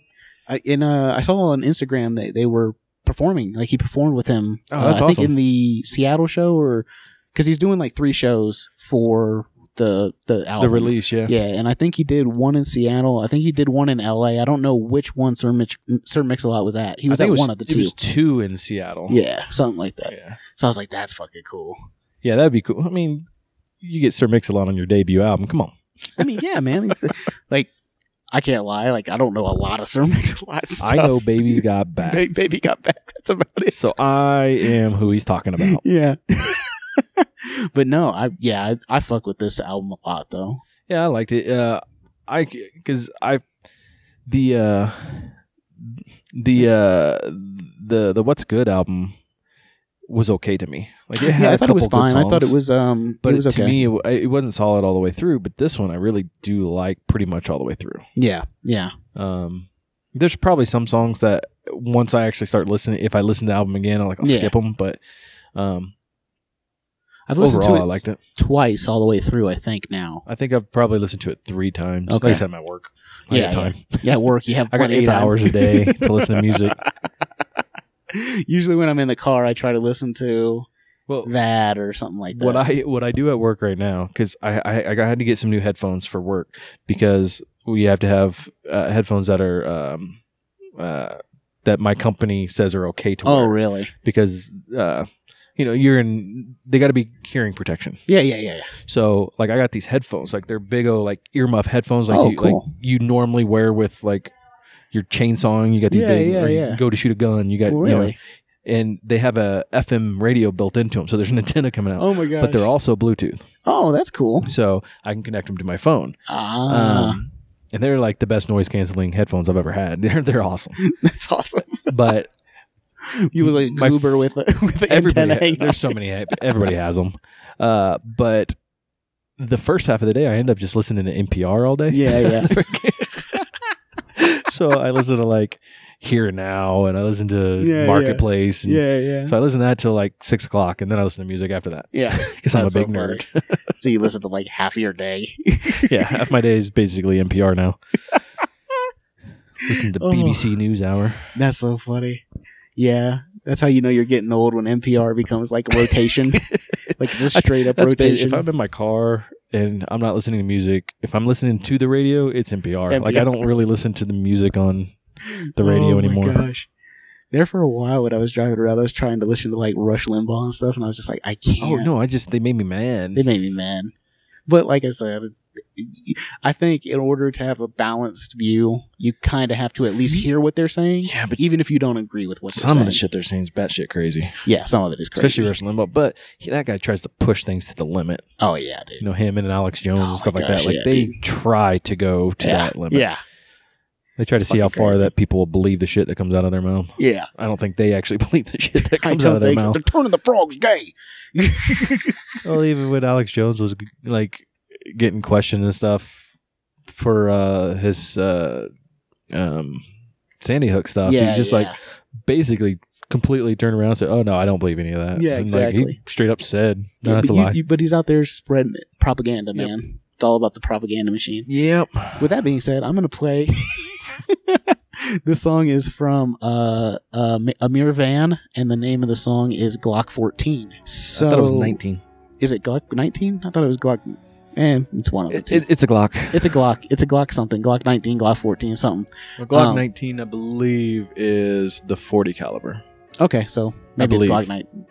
Speaker 1: I, and uh, I saw on Instagram that they were performing. Like he performed with him.
Speaker 2: Oh,
Speaker 1: uh,
Speaker 2: that's
Speaker 1: I
Speaker 2: awesome.
Speaker 1: think in the Seattle show, or because he's doing like three shows for the the album
Speaker 2: The release, yeah.
Speaker 1: Oh. Yeah, and I think he did one in Seattle. I think he did one in L.A. I don't know which one Sir Mix Sir Mix-a-Lot was at. He was
Speaker 2: I
Speaker 1: at
Speaker 2: think it
Speaker 1: one of the
Speaker 2: It
Speaker 1: two.
Speaker 2: was two in Seattle.
Speaker 1: Yeah, something like that.
Speaker 2: yeah,
Speaker 1: So I was like, that's fucking cool.
Speaker 2: Yeah, that'd be cool. I mean, you get Sir Mix a lot on your debut album. Come on,
Speaker 1: I mean, yeah, man. It's, like, I can't lie. Like, I don't know a lot of Sir Mix a lot stuff.
Speaker 2: I know baby's got back,
Speaker 1: Ba- baby got back. That's about it.
Speaker 2: so I am who he's talking about.
Speaker 1: yeah. but no, I yeah, I, I fuck with this album a lot though.
Speaker 2: Yeah, I liked it. Uh, I because I the uh the uh the the what's good album was okay to me. Like it had
Speaker 1: Yeah, I
Speaker 2: a
Speaker 1: thought it was
Speaker 2: couple good
Speaker 1: fine. I thought it
Speaker 2: songs,
Speaker 1: was um,
Speaker 2: But
Speaker 1: it was okay.
Speaker 2: to me, it, w- it wasn't solid all the way through. But this one, I really do like pretty much all the way through.
Speaker 1: yeah, yeah,
Speaker 2: Um, there's probably some songs that once I actually start listening, if I listen to the album again, I'll like I'll
Speaker 1: Yeah.
Speaker 2: skip them. But um,
Speaker 1: I've listened
Speaker 2: overall, I
Speaker 1: to it
Speaker 2: liked it.
Speaker 1: twice all the way through. I think now.
Speaker 2: I think I've probably listened to it three times.
Speaker 1: Okay.
Speaker 2: Like I said, at my work. I
Speaker 1: Yeah,
Speaker 2: got time.
Speaker 1: Yeah, at work you have
Speaker 2: I got
Speaker 1: plenty
Speaker 2: eight
Speaker 1: of time.
Speaker 2: hours a day to listen to music.
Speaker 1: Usually when I'm in the car, I try to listen to
Speaker 2: Well,
Speaker 1: that or something like that.
Speaker 2: what I what I do at work right now because I, I I had to get some new headphones for work because we have to have uh, headphones that are um, uh, that my company says are okay to
Speaker 1: oh
Speaker 2: wear
Speaker 1: really?
Speaker 2: because uh, you know you're in they got to be hearing protection.
Speaker 1: Yeah, yeah, yeah, yeah.
Speaker 2: So like I got these headphones, like they're big old like earmuff headphones, like
Speaker 1: Oh,
Speaker 2: you
Speaker 1: cool.
Speaker 2: like you normally wear with like your chainsawing. You got these
Speaker 1: Yeah,
Speaker 2: big,
Speaker 1: yeah,
Speaker 2: or you
Speaker 1: yeah.
Speaker 2: go to shoot a gun. You got you know,
Speaker 1: really?
Speaker 2: and they have a FM radio built into them, so there's an antenna coming out.
Speaker 1: oh my god!
Speaker 2: But they're also Bluetooth,
Speaker 1: Oh, that's cool.
Speaker 2: so I can connect them to my phone.
Speaker 1: Ah,
Speaker 2: Um, and they're like the best noise canceling headphones I've ever had. They're they're awesome.
Speaker 1: that's awesome.
Speaker 2: But
Speaker 1: You look like
Speaker 2: My-
Speaker 1: Goober with a, with the
Speaker 2: everybody
Speaker 1: antenna
Speaker 2: ha-
Speaker 1: hanging.
Speaker 2: there's so many everybody has them. Uh, but the first half of the day, I end up just listening to NPR all day.
Speaker 1: Yeah, yeah.
Speaker 2: so I listen to like Here Now and I listen to
Speaker 1: Yeah,
Speaker 2: Marketplace. And
Speaker 1: yeah.
Speaker 2: So I listen to that till like six o'clock and then I listen to music after that
Speaker 1: Yeah,
Speaker 2: because I'm a
Speaker 1: That's so
Speaker 2: big nerd.
Speaker 1: so you listen to like half of your day.
Speaker 2: yeah, half my day is basically NPR now. listen to
Speaker 1: Oh.
Speaker 2: BBC News Hour.
Speaker 1: That's so funny. Yeah, that's how you know you're getting old when NPR becomes like rotation, like just straight up
Speaker 2: That's ba-
Speaker 1: rotation.
Speaker 2: if I'm in my car and I'm not listening to music, if I'm listening to the radio, it's NPR. Like
Speaker 1: NPR.
Speaker 2: I don't really listen to the music on the radio
Speaker 1: Oh my
Speaker 2: anymore.
Speaker 1: gosh. There for a while when I was driving around, I was trying to listen to like Rush Limbaugh and stuff, and I was just like, I can't.
Speaker 2: Oh no, I just they made me mad.
Speaker 1: They made me mad. But like I said, I think in order to have a balanced view, you kind of have to at least hear what they're saying,
Speaker 2: yeah, but
Speaker 1: even if you don't agree with what
Speaker 2: some
Speaker 1: they're
Speaker 2: of the
Speaker 1: saying.
Speaker 2: shit they're saying is batshit crazy.
Speaker 1: Yeah, some of it is crazy.
Speaker 2: especially Rush Limbaugh. But he, that guy tries to push things to the limit.
Speaker 1: oh yeah, dude.
Speaker 2: You know him and Alex Jones
Speaker 1: Oh my
Speaker 2: and stuff like
Speaker 1: gosh,
Speaker 2: that. Like
Speaker 1: yeah,
Speaker 2: they
Speaker 1: dude.
Speaker 2: try to go to
Speaker 1: yeah.
Speaker 2: that limit.
Speaker 1: Yeah,
Speaker 2: They try to
Speaker 1: It's
Speaker 2: see how
Speaker 1: fucking
Speaker 2: far
Speaker 1: crazy.
Speaker 2: that people will believe the shit that comes out of their mouth.
Speaker 1: yeah.
Speaker 2: I don't think they actually believe the shit that
Speaker 1: I
Speaker 2: comes
Speaker 1: don't
Speaker 2: out of their
Speaker 1: think so.
Speaker 2: mouth.
Speaker 1: They're turning the frogs gay.
Speaker 2: well, even when Alex Jones was like getting questioned and stuff for uh, his uh, um, Sandy Hook stuff. he Uh, just like basically completely turned around and said, "Oh no, I don't believe any of that."
Speaker 1: Yeah,
Speaker 2: And, Like,
Speaker 1: exactly.
Speaker 2: he straight up said, "No,
Speaker 1: Yeah,
Speaker 2: that's
Speaker 1: but
Speaker 2: a
Speaker 1: you-
Speaker 2: lie."
Speaker 1: you- but he's out there spreading it. propaganda,
Speaker 2: Yep.
Speaker 1: man. It's all about the propaganda machine.
Speaker 2: yep.
Speaker 1: With that being said, I'm gonna play. this song is from uh, uh, M- Amir Van, and the name of the song is Glock 14. So
Speaker 2: I thought it was nineteen.
Speaker 1: Is it Glock 19? I thought it was Glock. And it's one of the
Speaker 2: It,
Speaker 1: two.
Speaker 2: it- it's a Glock.
Speaker 1: it's a Glock. It's a Glock something. Glock 19, Glock 14, something.
Speaker 2: A Glock
Speaker 1: Um,
Speaker 2: nineteen, I believe, is the forty caliber.
Speaker 1: Okay, so maybe it's
Speaker 2: believe.
Speaker 1: Glock 19.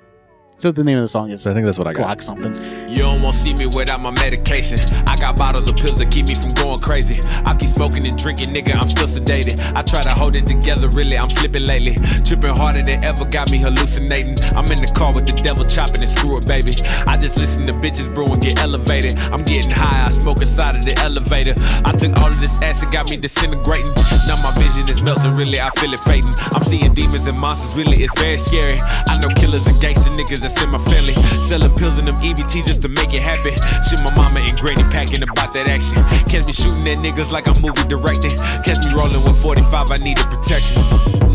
Speaker 1: So the name of the song is
Speaker 2: So I think that's what I got.
Speaker 1: Glock something.
Speaker 6: You don't want to see me without my medication. I got bottles of pills that keep me from going crazy. I keep smoking and drinking, nigga, I'm still sedated. I try to hold it together, really, I'm slipping lately. Tripping harder than ever, got me hallucinating. I'm in the car with the devil chopping and screw it, baby. I just listen to bitches brew and get elevated. I'm getting high, I smoke inside of the elevator. I took all of this acid, got me disintegrating. Now my vision is melting, really, I feel it fading. I'm seeing demons and monsters, really, it's very scary. I know killers and gangster niggas that's in my family. Selling pills and them EBT just to make it happen. Shit, my mama and granny packing about that action. Catch me shooting at niggas like I'm movie directing. Catch me rolling with 45, I needed protection.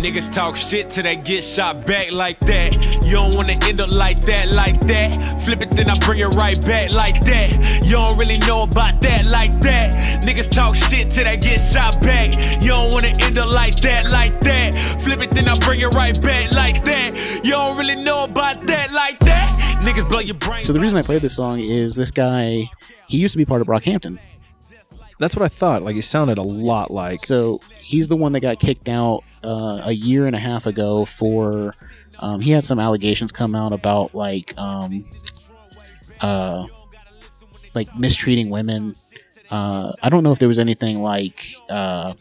Speaker 6: Niggas talk shit till they get shot back like that. You don't wanna end up like that, like that. Flip it, then I bring it right back like that. You don't really know about that, like that. Niggas talk shit till they get shot back. You don't wanna end up like that, like that. Flip it, then I bring it right back like that. You don't really know about that, like that. Niggas blow your brain.
Speaker 1: So the reason I played this song is this guy, he used to be part of Brockhampton.
Speaker 2: That's what I thought. Like it sounded a lot like.
Speaker 1: So he's the one that got kicked out uh, a year and a half ago for um, he had some allegations come out about like um, uh, like mistreating women. Uh, I don't know if there was anything like uh,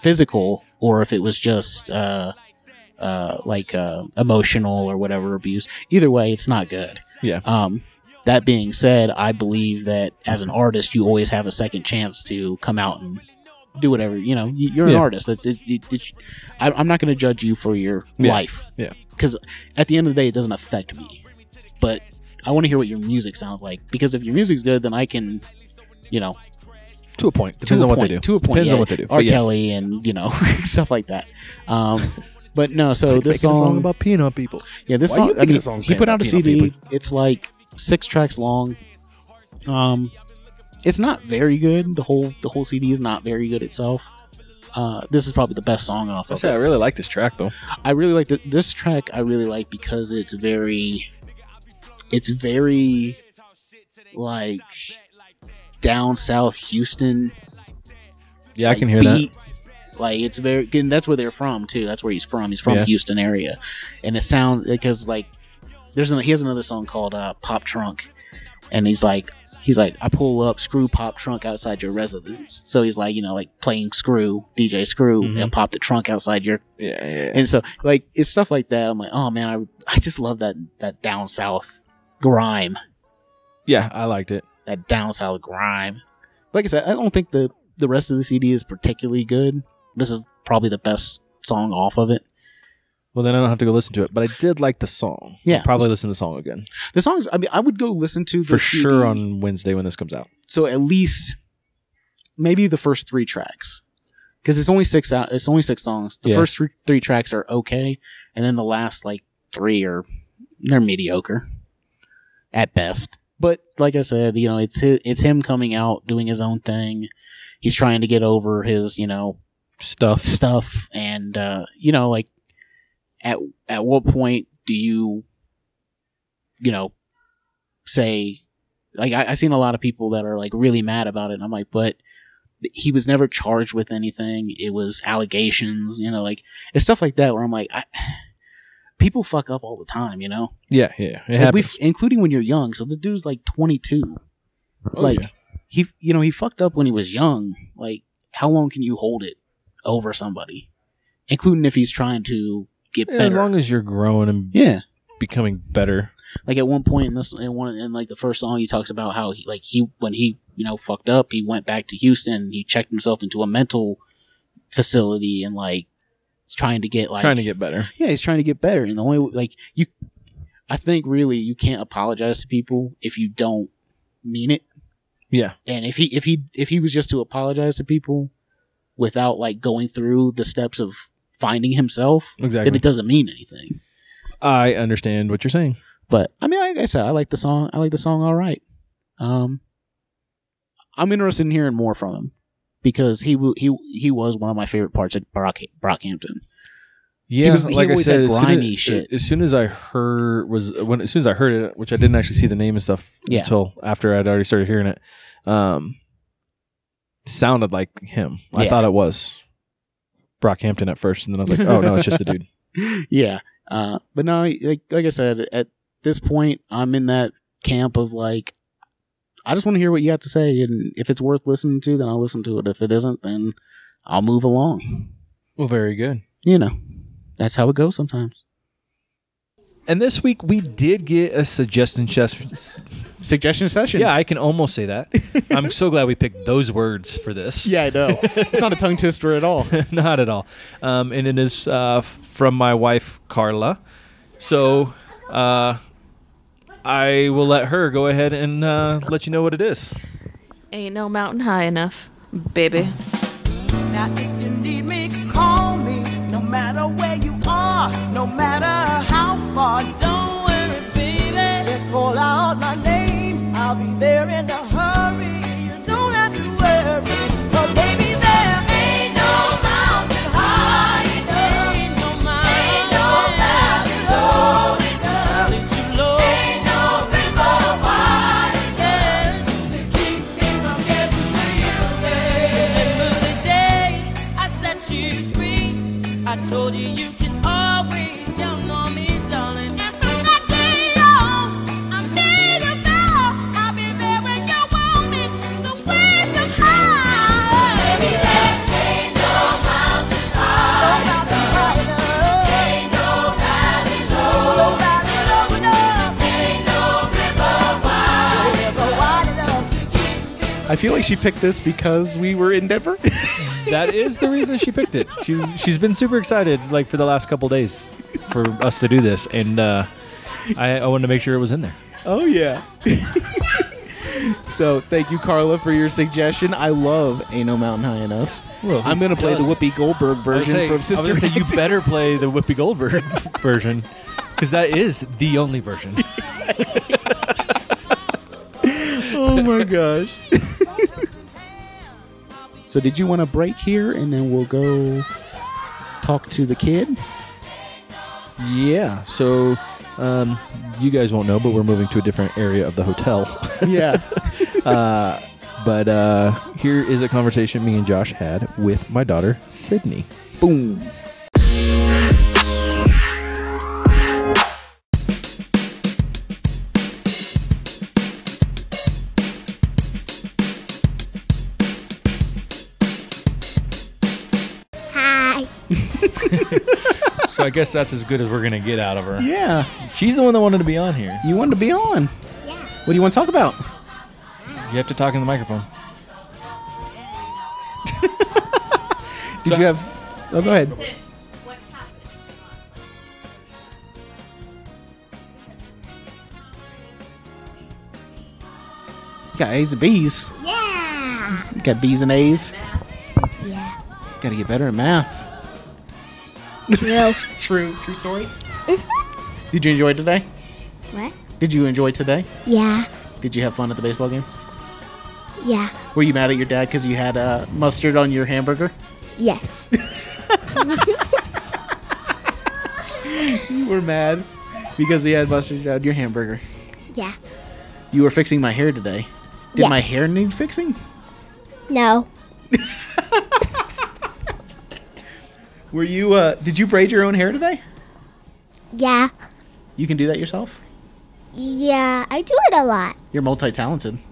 Speaker 1: physical or if it was just uh, uh, like uh, emotional or whatever abuse. Either way, it's not good.
Speaker 2: yeah.
Speaker 1: Um, that being said, I believe that as an artist, you always have a second chance to come out and do whatever. You know, you, you're an
Speaker 2: Yeah.
Speaker 1: artist. It, it, it, it, I, I'm not going to judge you for your
Speaker 2: Yeah.
Speaker 1: life.
Speaker 2: Yeah.
Speaker 1: Because at the end of the day, it doesn't affect me. But I want to hear what your music sounds like. Because if your music's good, then I can, you know,
Speaker 2: To a point. Depends
Speaker 1: to
Speaker 2: on
Speaker 1: a
Speaker 2: what
Speaker 1: point,
Speaker 2: they do.
Speaker 1: To a point,
Speaker 2: Depends
Speaker 1: yeah.
Speaker 2: on what they do.
Speaker 1: R.
Speaker 2: But yes.
Speaker 1: Kelly and you know stuff like that. Um, but no, so
Speaker 2: Like
Speaker 1: this
Speaker 2: making a
Speaker 1: song
Speaker 2: about peeing on people.
Speaker 1: yeah, this
Speaker 2: Why you
Speaker 1: song. I
Speaker 2: making
Speaker 1: mean,
Speaker 2: a song
Speaker 1: he put
Speaker 2: about
Speaker 1: out a
Speaker 2: peeing on
Speaker 1: CD.
Speaker 2: people?
Speaker 1: It's like six tracks long. Um, it's not very good. The whole the whole CD is not very good itself. Uh, this is probably the best song off
Speaker 2: I
Speaker 1: of
Speaker 2: say I
Speaker 1: it.
Speaker 2: really like this track though.
Speaker 1: I really like the, this track. I really like because it's very, it's very, like down south Houston.
Speaker 2: Yeah, I
Speaker 1: like,
Speaker 2: can hear that.
Speaker 1: beat. Like it's very, and that's where they're from too. That's where he's from. He's from
Speaker 2: Yeah.
Speaker 1: Houston area, and it sounds because like there's an, he has another song called uh, "Pop Trunk," and he's like he's like I pull up screw pop trunk outside your residence. So he's like you know like playing screw DJ screw
Speaker 2: Mhm.
Speaker 1: and pop the trunk outside your
Speaker 2: Yeah, yeah.
Speaker 1: and so like it's stuff like that. I'm like oh man I I just love that that down south grime
Speaker 2: yeah, I liked it.
Speaker 1: that down south grime. Like I said, I don't think the the rest of the CD is particularly good. This is probably the best song off of it.
Speaker 2: Well, then I don't have to go listen to it, but I did like the song.
Speaker 1: Yeah.
Speaker 2: I'll probably listen to the song again
Speaker 1: The songs, I mean, I would go listen to the
Speaker 2: for
Speaker 1: CD.
Speaker 2: sure on Wednesday when this comes out.
Speaker 1: So at least maybe the first three tracks, because it's only six out. It's only six songs. The
Speaker 2: Yeah.
Speaker 1: first three, three tracks are okay, and then the last like three are they're mediocre at best. But like I said, you know, it's hi- it's him coming out doing his own thing. He's trying to get over his you know
Speaker 2: Stuff.
Speaker 1: stuff and uh you know like at at what point do you you know say like I, i've seen a lot of people that are like really mad about it and i'm like but th- he was never charged with anything it was allegations you know like it's stuff like that where i'm like I, people fuck up all the time you know
Speaker 2: Yeah, yeah. It
Speaker 1: Like,
Speaker 2: happens.
Speaker 1: including when you're young so this dude's like 22
Speaker 2: Oh,
Speaker 1: like
Speaker 2: yeah.
Speaker 1: he you know he fucked up when he was young like how long can you hold it over somebody including if he's trying to get
Speaker 2: Yeah,
Speaker 1: better
Speaker 2: as long as you're growing and
Speaker 1: yeah
Speaker 2: becoming better.
Speaker 1: like at one point in this in one in like the first song he talks about how he like he when he you know fucked up he went back to houston he checked himself into a mental facility and like is trying to get like
Speaker 2: trying to get better.
Speaker 1: yeah he's trying to get better and the only like you i think really you can't apologize to people if you don't mean it
Speaker 2: Yeah.
Speaker 1: And if he if he if he was just to apologize to people without like going through the steps of finding himself, then
Speaker 2: Exactly.
Speaker 1: it doesn't mean anything.
Speaker 2: I understand what you're saying.
Speaker 1: But I mean, like I said, I like the song. I like the song. All right. Um, I'm interested in hearing more from him because he wa- he he was one of my favorite parts of Brock Brockhampton.
Speaker 2: Yeah,
Speaker 1: was- he
Speaker 2: like I
Speaker 1: always had
Speaker 2: said, as soon as-
Speaker 1: grimy shit.
Speaker 2: As soon as I heard was when as soon as I heard it, which I didn't actually see the name and stuff
Speaker 1: Yeah.
Speaker 2: until after I'd already started hearing it. Um, sounded like him. I
Speaker 1: Yeah.
Speaker 2: thought it was Brockhampton at first, and then I was like, oh no, it's just a dude.
Speaker 1: yeah. Uh, but no, like, like I said, at this point, I'm in that camp of like, I just want to hear what you have to say, and if it's worth listening to, then I'll listen to it. If it isn't, then I'll move along.
Speaker 2: Well, very good.
Speaker 1: You know, that's how it goes sometimes.
Speaker 2: And this week we did get a suggestion chest.
Speaker 1: Suggestion session.
Speaker 2: Yeah, I can almost say that. I'm so glad we picked those words for this.
Speaker 1: yeah, I know. it's not a tongue twister at all.
Speaker 2: Not at all. Um, and it is uh, f- from my wife, Carla. So uh, I will let her go ahead and uh, let you know what it is.
Speaker 5: Ain't no mountain high enough, baby.
Speaker 7: Now if you need me, call me. No matter where you are, no matter how far, don't worry, baby. Just call out my name. I'll be there in a hurry. You don't have to worry. But baby, there ain't no mountain high enough. Ain't no valley low enough. Ain't no river wide enough to keep me from getting to you, baby.
Speaker 8: Remember the day I set you free. I told you you can always count on me, darling. And from that day on, I'm here to go. I'll be there when you want me. So where's your heart? Baby, there ain't no mountain high.
Speaker 1: I feel like she picked this because we were in Denver.
Speaker 2: That is the reason she picked it. She, she's been super excited like for the last couple days for us to do this. And uh, I, I wanted to make sure it was in there.
Speaker 1: Oh yeah. so thank you, Carla, for your suggestion. I love Ain't No Mountain High Enough. I'm gonna play the Whoopi Goldberg
Speaker 2: I was
Speaker 1: version from
Speaker 2: gonna say- I was
Speaker 1: Sister
Speaker 2: gonna say, you
Speaker 1: Act.
Speaker 2: better play the Whoopi Goldberg version because that is the only version.
Speaker 1: Oh my gosh. so did you want to break here and then we'll go talk to the kid?
Speaker 2: Yeah. So, um, you guys won't know, but we're moving to a different area of the hotel.
Speaker 1: Yeah.
Speaker 2: uh, but uh, here is a conversation me and Josh had with my daughter Sydney.
Speaker 1: Boom.
Speaker 2: So I guess that's as good as we're gonna get out of her.
Speaker 1: Yeah.
Speaker 2: She's the one that wanted to be on here.
Speaker 1: You wanted to be on.
Speaker 9: Yeah.
Speaker 1: What do you want to talk about?
Speaker 2: You have to talk in the microphone.
Speaker 1: Did you have? Oh, go ahead.
Speaker 9: What's happened?
Speaker 1: Got A's and B's.
Speaker 9: Yeah.
Speaker 1: Got B's and A's.
Speaker 9: Yeah.
Speaker 1: Got to get better at math.
Speaker 9: True.
Speaker 1: True. True story. Did you enjoy today?
Speaker 9: what?
Speaker 1: Did you enjoy today?
Speaker 9: Yeah.
Speaker 1: Did you have fun at the baseball game?
Speaker 9: Yeah.
Speaker 1: Were you mad at your dad because you had uh, mustard on your hamburger?
Speaker 9: Yes.
Speaker 1: You were mad because he had mustard on your hamburger.
Speaker 9: Yeah.
Speaker 1: You were fixing my hair today. Did
Speaker 9: Yes.
Speaker 1: my hair need fixing?
Speaker 9: No.
Speaker 1: Were you? Uh, did you braid your own hair today?
Speaker 9: Yeah.
Speaker 1: You can do that yourself.
Speaker 9: Yeah. I do it a lot.
Speaker 1: You're multi-talented.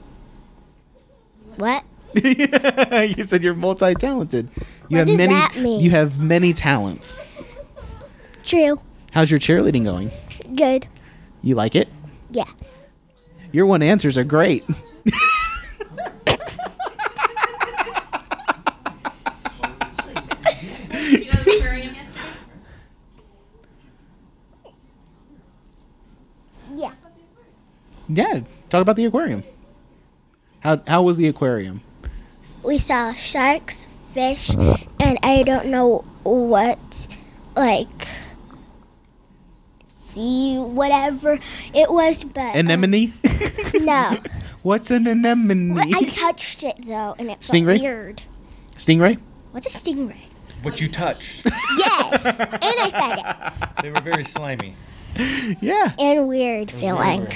Speaker 9: What?
Speaker 1: you said you're multi-talented. You
Speaker 9: What
Speaker 1: have
Speaker 9: does
Speaker 1: many.
Speaker 9: that mean?
Speaker 1: You have many talents.
Speaker 9: True.
Speaker 1: How's your cheerleading going?
Speaker 9: Good.
Speaker 1: You like it?
Speaker 9: Yes.
Speaker 1: Your one answers are great.
Speaker 9: Yeah.
Speaker 1: Yeah, talk about the aquarium. How how was the aquarium?
Speaker 9: We saw sharks, fish, and I don't know what, like, sea, whatever it was, but. um,
Speaker 1: Anemone?
Speaker 9: no.
Speaker 1: What's an anemone?
Speaker 9: But I touched it, though, and it
Speaker 1: Stingray?
Speaker 9: felt weird.
Speaker 1: Stingray?
Speaker 9: What's a stingray?
Speaker 2: What you touched.
Speaker 9: Yes! and I fed it.
Speaker 2: they were very slimy.
Speaker 1: Yeah.
Speaker 9: And weird feeling.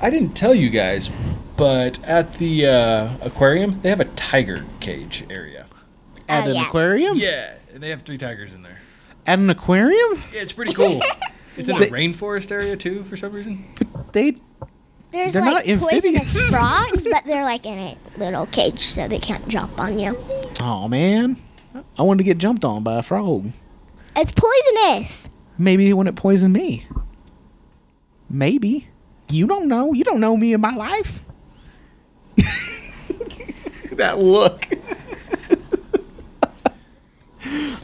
Speaker 2: I didn't tell you guys, but at the uh, aquarium, they have a tiger cage area.
Speaker 1: At an
Speaker 9: Oh, yeah.
Speaker 1: aquarium?
Speaker 2: Yeah, and they have three tigers in there.
Speaker 1: At an aquarium?
Speaker 2: Yeah, it's pretty cool. It's in
Speaker 1: Yeah.
Speaker 2: the rainforest area too, for some reason.
Speaker 1: They
Speaker 9: There's
Speaker 1: They're
Speaker 9: like
Speaker 1: not amphibious.
Speaker 9: poisonous frogs, but they're like in a little cage, so they can't jump on you.
Speaker 1: Oh man. I wanted to get jumped on by a frog.
Speaker 9: It's poisonous.
Speaker 1: Maybe it wouldn't poison me. Maybe. You don't know. You don't know me in my life. that look.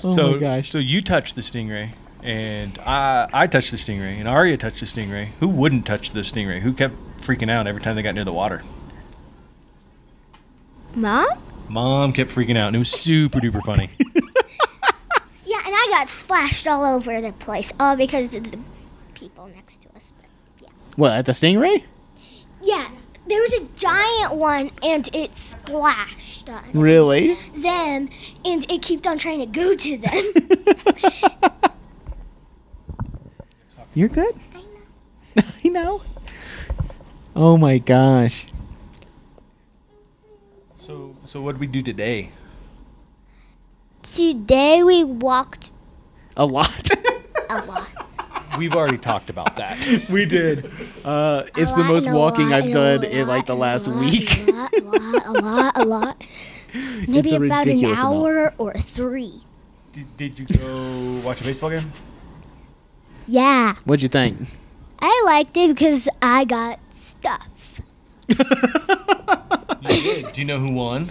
Speaker 1: oh
Speaker 2: so,
Speaker 1: my gosh.
Speaker 2: So you touched the stingray, and I I touched the stingray, and Arya touched the stingray. Who wouldn't touch the stingray? Who kept freaking out every time they got near the water?
Speaker 9: Mom?
Speaker 2: Mom kept freaking out, and it was super duper funny.
Speaker 9: Yeah, and I got splashed all over the place, all because of the people next to us.
Speaker 1: What, at the stingray?
Speaker 9: Yeah, there was a giant one, and it splashed on
Speaker 1: Really?
Speaker 9: them, and it kept on trying to go to them.
Speaker 1: You're good? I know. Oh my gosh.
Speaker 2: so so what did we do today?
Speaker 9: Today we walked
Speaker 1: A lot.
Speaker 9: a lot.
Speaker 2: We've already talked about that.
Speaker 1: we did. Uh, it's
Speaker 9: A
Speaker 1: the
Speaker 9: lot
Speaker 1: most
Speaker 9: and a
Speaker 1: walking
Speaker 9: lot
Speaker 1: I've
Speaker 9: and a
Speaker 1: done
Speaker 9: lot
Speaker 1: in like the
Speaker 9: and a
Speaker 1: last
Speaker 9: lot
Speaker 1: week.
Speaker 9: and A lot, a lot, a lot, a lot. Maybe
Speaker 1: a
Speaker 9: about an
Speaker 1: ridiculous amount.
Speaker 9: hour or three.
Speaker 2: Did, did you go watch a baseball game?
Speaker 9: Yeah,
Speaker 1: What'd you think?
Speaker 9: I liked it because I got stuff.
Speaker 2: You did. Do you know who won?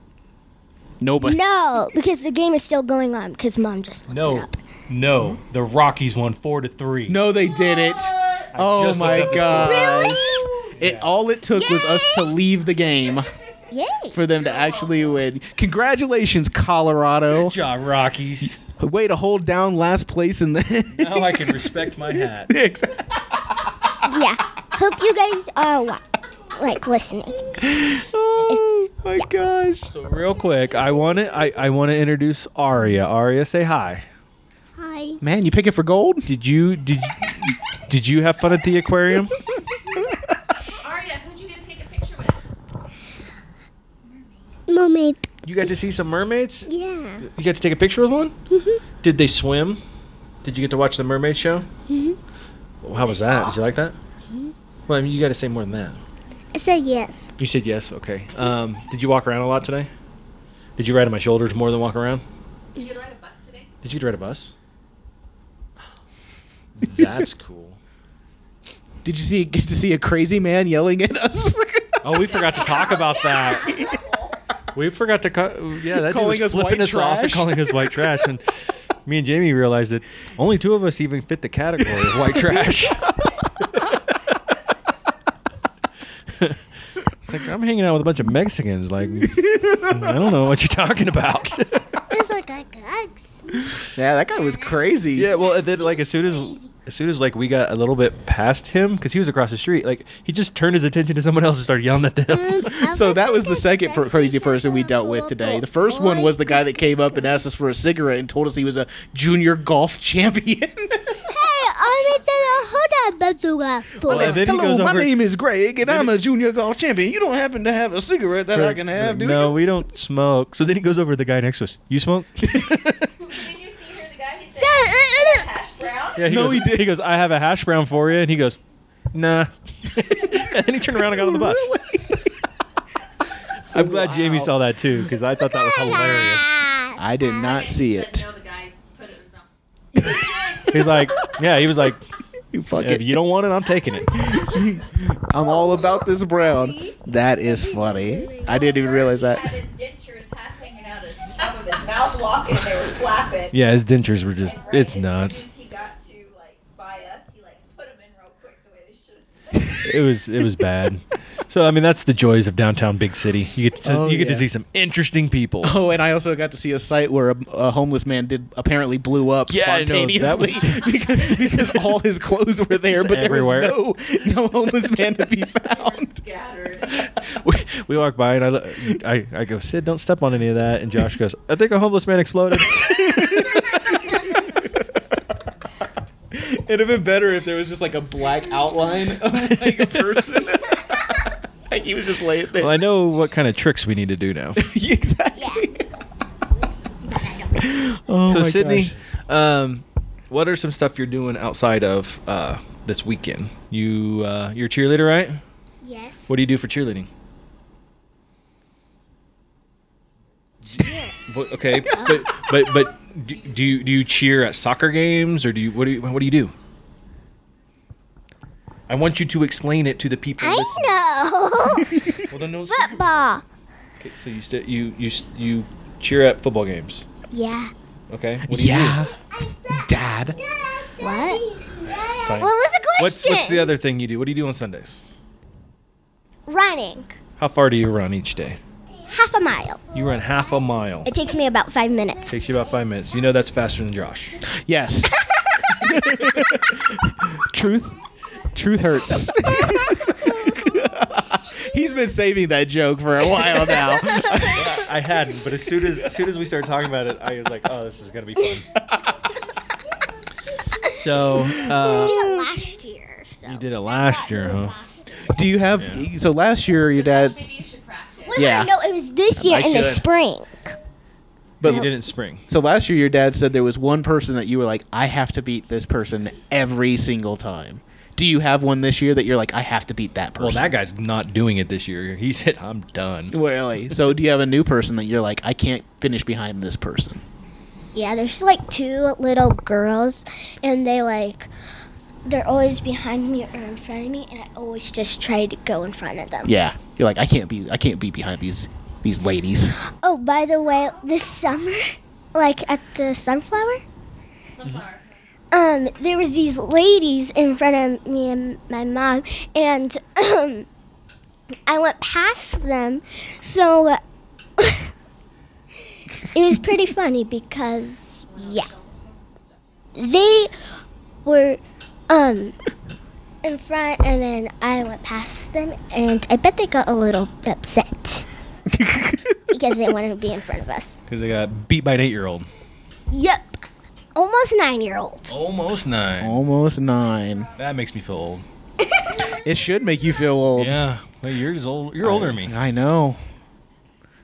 Speaker 1: Nobody.
Speaker 9: No, because the game is still going on because mom just looked it
Speaker 2: No,
Speaker 9: up.
Speaker 2: no. The Rockies won four to three.
Speaker 1: No, they didn't. Oh
Speaker 2: just
Speaker 1: my
Speaker 2: looked up the
Speaker 1: gosh.
Speaker 9: Really?
Speaker 1: It all it took was us to leave the game
Speaker 9: Yay!
Speaker 1: for them to actually win. Congratulations, Colorado.
Speaker 2: job, Rockies.
Speaker 1: Way to hold down last place in the
Speaker 2: Now I can respect my hat.
Speaker 9: yeah. Hope you guys are wa- like listening.
Speaker 1: Oh my gosh.
Speaker 2: So real quick, I want to I, I want to introduce Aria. Aria, say hi.
Speaker 9: Hi.
Speaker 1: Man, you pick it for gold?
Speaker 2: Did you did you- did you have fun at the aquarium?
Speaker 8: Aria, who'd you get to take a picture with?
Speaker 9: Mermaid.
Speaker 2: You got to see some mermaids.
Speaker 9: Yeah.
Speaker 2: You got to take a picture with one. Did they swim? Did you get to watch the mermaid show? Well, How was that? Did you like that? Well, I mean, you got to say more than that.
Speaker 9: I said yes.
Speaker 2: You said yes. Okay. Um, did you walk around a lot today? Did you ride on my shoulders more than walk around?
Speaker 8: Did you get to ride a bus today?
Speaker 2: Did you get to ride a bus? That's cool.
Speaker 1: Did you see get to see a crazy man yelling at us?
Speaker 2: Oh, we forgot to talk about that. We forgot to cut. Yeah,
Speaker 1: Calling
Speaker 2: that calling was
Speaker 1: us
Speaker 2: flipping
Speaker 1: white
Speaker 2: us off and
Speaker 1: trash.
Speaker 2: calling us white trash. And me and Jamie realized that only two of us even fit the category of white trash. it's like I'm hanging out with a bunch of Mexicans. Like I don't know what you're talking about.
Speaker 9: It's like I gugs.
Speaker 1: yeah, that guy was crazy.
Speaker 2: Yeah, well, and then like as soon as as soon as like we got a little bit past him because he was across the street, like he just turned his attention to someone else and started yelling at them.
Speaker 1: So that was the second per- crazy person we dealt with today. The first one was the guy that came up and asked us for a cigarette and told us he was a junior golf champion.
Speaker 9: Hey, I'm Mr. Hoda Bazooka. For
Speaker 2: Well, Oh, and then he goes over-
Speaker 1: is Greg, and I'm a junior golf champion. You don't happen to have a cigarette that
Speaker 2: no, we don't smoke. So then he goes over to the guy next to us. You smoke?
Speaker 8: Did you see her, the guy who said
Speaker 9: uh, So-
Speaker 8: hash brown?
Speaker 2: Yeah, he
Speaker 1: No,
Speaker 2: goes,
Speaker 1: he didn't.
Speaker 2: He goes, I have a hash brown for you, and he goes, Nah. and then he turned around and got on the bus. I'm glad Jamie saw that too because I thought that was hilarious.
Speaker 1: I did not see it.
Speaker 8: No, the guy put it in his mouth.
Speaker 2: He's like, Yeah, he was like,
Speaker 1: You fuck
Speaker 2: If
Speaker 1: it.
Speaker 2: you don't want it, I'm taking it.
Speaker 1: I'm all about this brown. That is funny. I didn't even realize that.
Speaker 10: had his dentures half hanging out his top of his mouth walking. They were flapping.
Speaker 2: Yeah, his dentures were just,
Speaker 10: And right
Speaker 2: it's
Speaker 10: as soon
Speaker 2: nuts.
Speaker 10: as He got to like by us. He like put 'em in real quick the way they should.
Speaker 2: it was it was bad. So I mean, that's the joys of downtown big city. You get to
Speaker 10: Oh,
Speaker 2: you get to
Speaker 10: yeah.
Speaker 2: see some interesting people.
Speaker 10: Oh, and I also got to see a site where a, a homeless man did apparently blew up
Speaker 2: Yeah, I know. That was-
Speaker 10: spontaneously because, because all his clothes were there, but there
Speaker 2: everywhere.
Speaker 10: was no no homeless man to be found.
Speaker 2: We, we walk by and I, lo- I I go, Sid, don't step on any of that. And Josh goes, I think a homeless man exploded.
Speaker 10: It'd have been better if there was just like a black outline of like a person. Like, he was just laying there.
Speaker 2: well, I know what kind of tricks we need to do now.
Speaker 10: exactly. Oh
Speaker 2: so
Speaker 10: my
Speaker 2: Sydney,
Speaker 10: gosh.
Speaker 2: um, what are some stuff you're doing outside of uh, this weekend? You uh, you're a cheerleader, right?
Speaker 9: Yes.
Speaker 2: What do you do for cheerleading? What- okay, but but but do, do you do you cheer at soccer games or do you what do you what do you do? I want you to explain it to the people.
Speaker 9: I
Speaker 2: listening.
Speaker 9: know.
Speaker 2: Well, then no,
Speaker 9: Football.
Speaker 2: okay, so you st- you you s- you cheer at football games.
Speaker 9: Yeah.
Speaker 2: Okay. What do you do?
Speaker 10: Yeah, Dad.
Speaker 2: Fine.
Speaker 9: What? What was the question?
Speaker 2: What's what's the other thing you do? What do you do on Sundays?
Speaker 9: Running.
Speaker 2: How far do you run each day?
Speaker 9: Half a mile.
Speaker 2: You run half a mile.
Speaker 9: It takes me about five minutes.
Speaker 2: Takes you about five minutes. You know that's faster than Josh.
Speaker 10: Yes. Truth. Truth hurts. He's been saving that joke for a while now.
Speaker 2: I hadn't, but as soon as as soon as we started talking about it, I was like, oh, this is gonna be fun. so
Speaker 9: I
Speaker 2: uh,
Speaker 9: did it last year. So.
Speaker 2: you did it last year, huh?
Speaker 10: Do you have? So last year your dad.
Speaker 9: Wait,
Speaker 10: Yeah.
Speaker 9: No, it was this year
Speaker 2: I
Speaker 9: in the
Speaker 2: should.
Speaker 9: spring.
Speaker 2: But you did it in spring.
Speaker 10: So last year your dad said there was one person that you were like, I have to beat this person every single time. Do you have one this year that you're like, I have to beat that person?
Speaker 2: Well, that guy's not doing it this year. He said, "I'm done."
Speaker 10: Really? So do you have a new person that you're like, I can't finish behind this person?
Speaker 9: Yeah, there's like two little girls, and they like, they're always behind me or in front of me, and I always just try to go in front of them.
Speaker 10: Yeah. You're like, I can't be, I can't be behind these these ladies.
Speaker 9: Oh, by the way, this summer, like at the sunflower. Um, there was these ladies in front of me and my mom, and um, I went past them, so it was pretty funny because yeah, they were um in front, and then I went past them, and I bet they got a little upset because they wanted to be in front of us.
Speaker 2: Because I got beat by an eight-year-old.
Speaker 9: Yep. Almost nine year old.
Speaker 2: Almost nine.
Speaker 10: Almost nine.
Speaker 2: That makes me feel old.
Speaker 10: It should make you feel old.
Speaker 2: Yeah, well, you're as old. You're older than me.
Speaker 10: I know.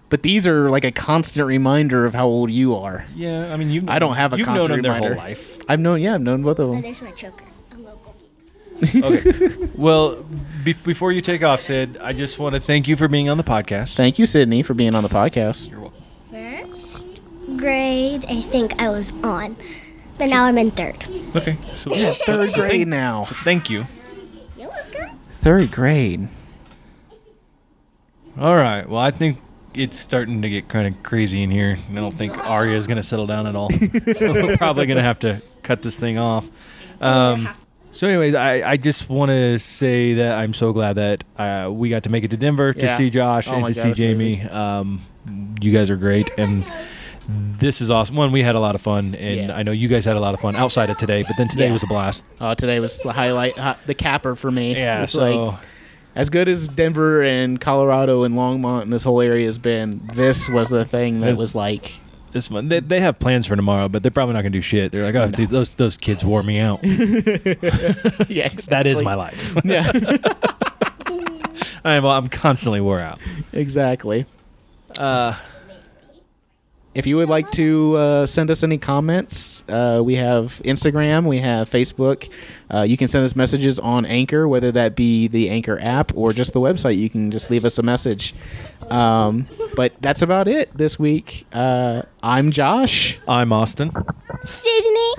Speaker 10: But these are like a constant reminder of how old you are.
Speaker 2: Yeah, I mean, you.
Speaker 10: I don't have a
Speaker 2: You've known
Speaker 10: constant
Speaker 2: them their whole
Speaker 10: reminder.
Speaker 2: life.
Speaker 10: I've known, yeah, I've known both of
Speaker 9: Oh,
Speaker 10: them.
Speaker 9: there's my choker. I'm local.
Speaker 2: Okay. well, be- before you take off, Sid, I just want to thank you for being on the podcast.
Speaker 10: Thank you, Sydney, for being on the podcast.
Speaker 9: First grade, I think I was on, but now I'm in third.
Speaker 2: Okay. So yeah,
Speaker 10: Third grade now.
Speaker 2: Thank you.
Speaker 9: You're welcome.
Speaker 10: Third grade.
Speaker 2: All right. Well, I think it's starting to get kind of crazy in here. and I don't think Arya is going to settle down at all. so we're probably going to have to cut this thing off. Um, so, anyways, I, I just want to say that I'm so glad that uh, we got to make it to Denver to
Speaker 10: Yeah.
Speaker 2: see Josh
Speaker 10: Oh
Speaker 2: and
Speaker 10: my
Speaker 2: to
Speaker 10: God,
Speaker 2: see
Speaker 10: it's crazy.
Speaker 2: Jamie. Um, you guys are great. And this is awesome. One, we had a lot of fun. And
Speaker 10: Yeah.
Speaker 2: I know you guys had a lot of fun outside of today, but then today
Speaker 10: Yeah.
Speaker 2: was a blast.
Speaker 10: Uh, today was the highlight, hi- the capper for me.
Speaker 2: Yeah.
Speaker 10: It's
Speaker 2: so.
Speaker 10: like, as good as Denver and Colorado and Longmont and this whole area has been, this was the thing that was like,
Speaker 2: this month. They, they have plans for tomorrow, but they're probably not going to do shit. They're like, oh, th- those those kids wore me out.
Speaker 10: yeah,
Speaker 2: That is
Speaker 10: exactly.
Speaker 2: my life.
Speaker 10: Yeah,
Speaker 2: I am, I'm constantly wore out.
Speaker 10: exactly.
Speaker 2: Uh,
Speaker 10: If you would like to uh, send us any comments, uh, we have Instagram, we have Facebook. Uh, you can send us messages on Anchor, whether that be the Anchor app or just the website. You can just leave us a message. Um, but that's about it this week. Uh, I'm Josh.
Speaker 2: I'm Austin.
Speaker 9: Sydney.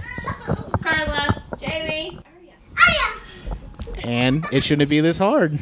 Speaker 11: Jamie.
Speaker 10: and it shouldn't be this hard.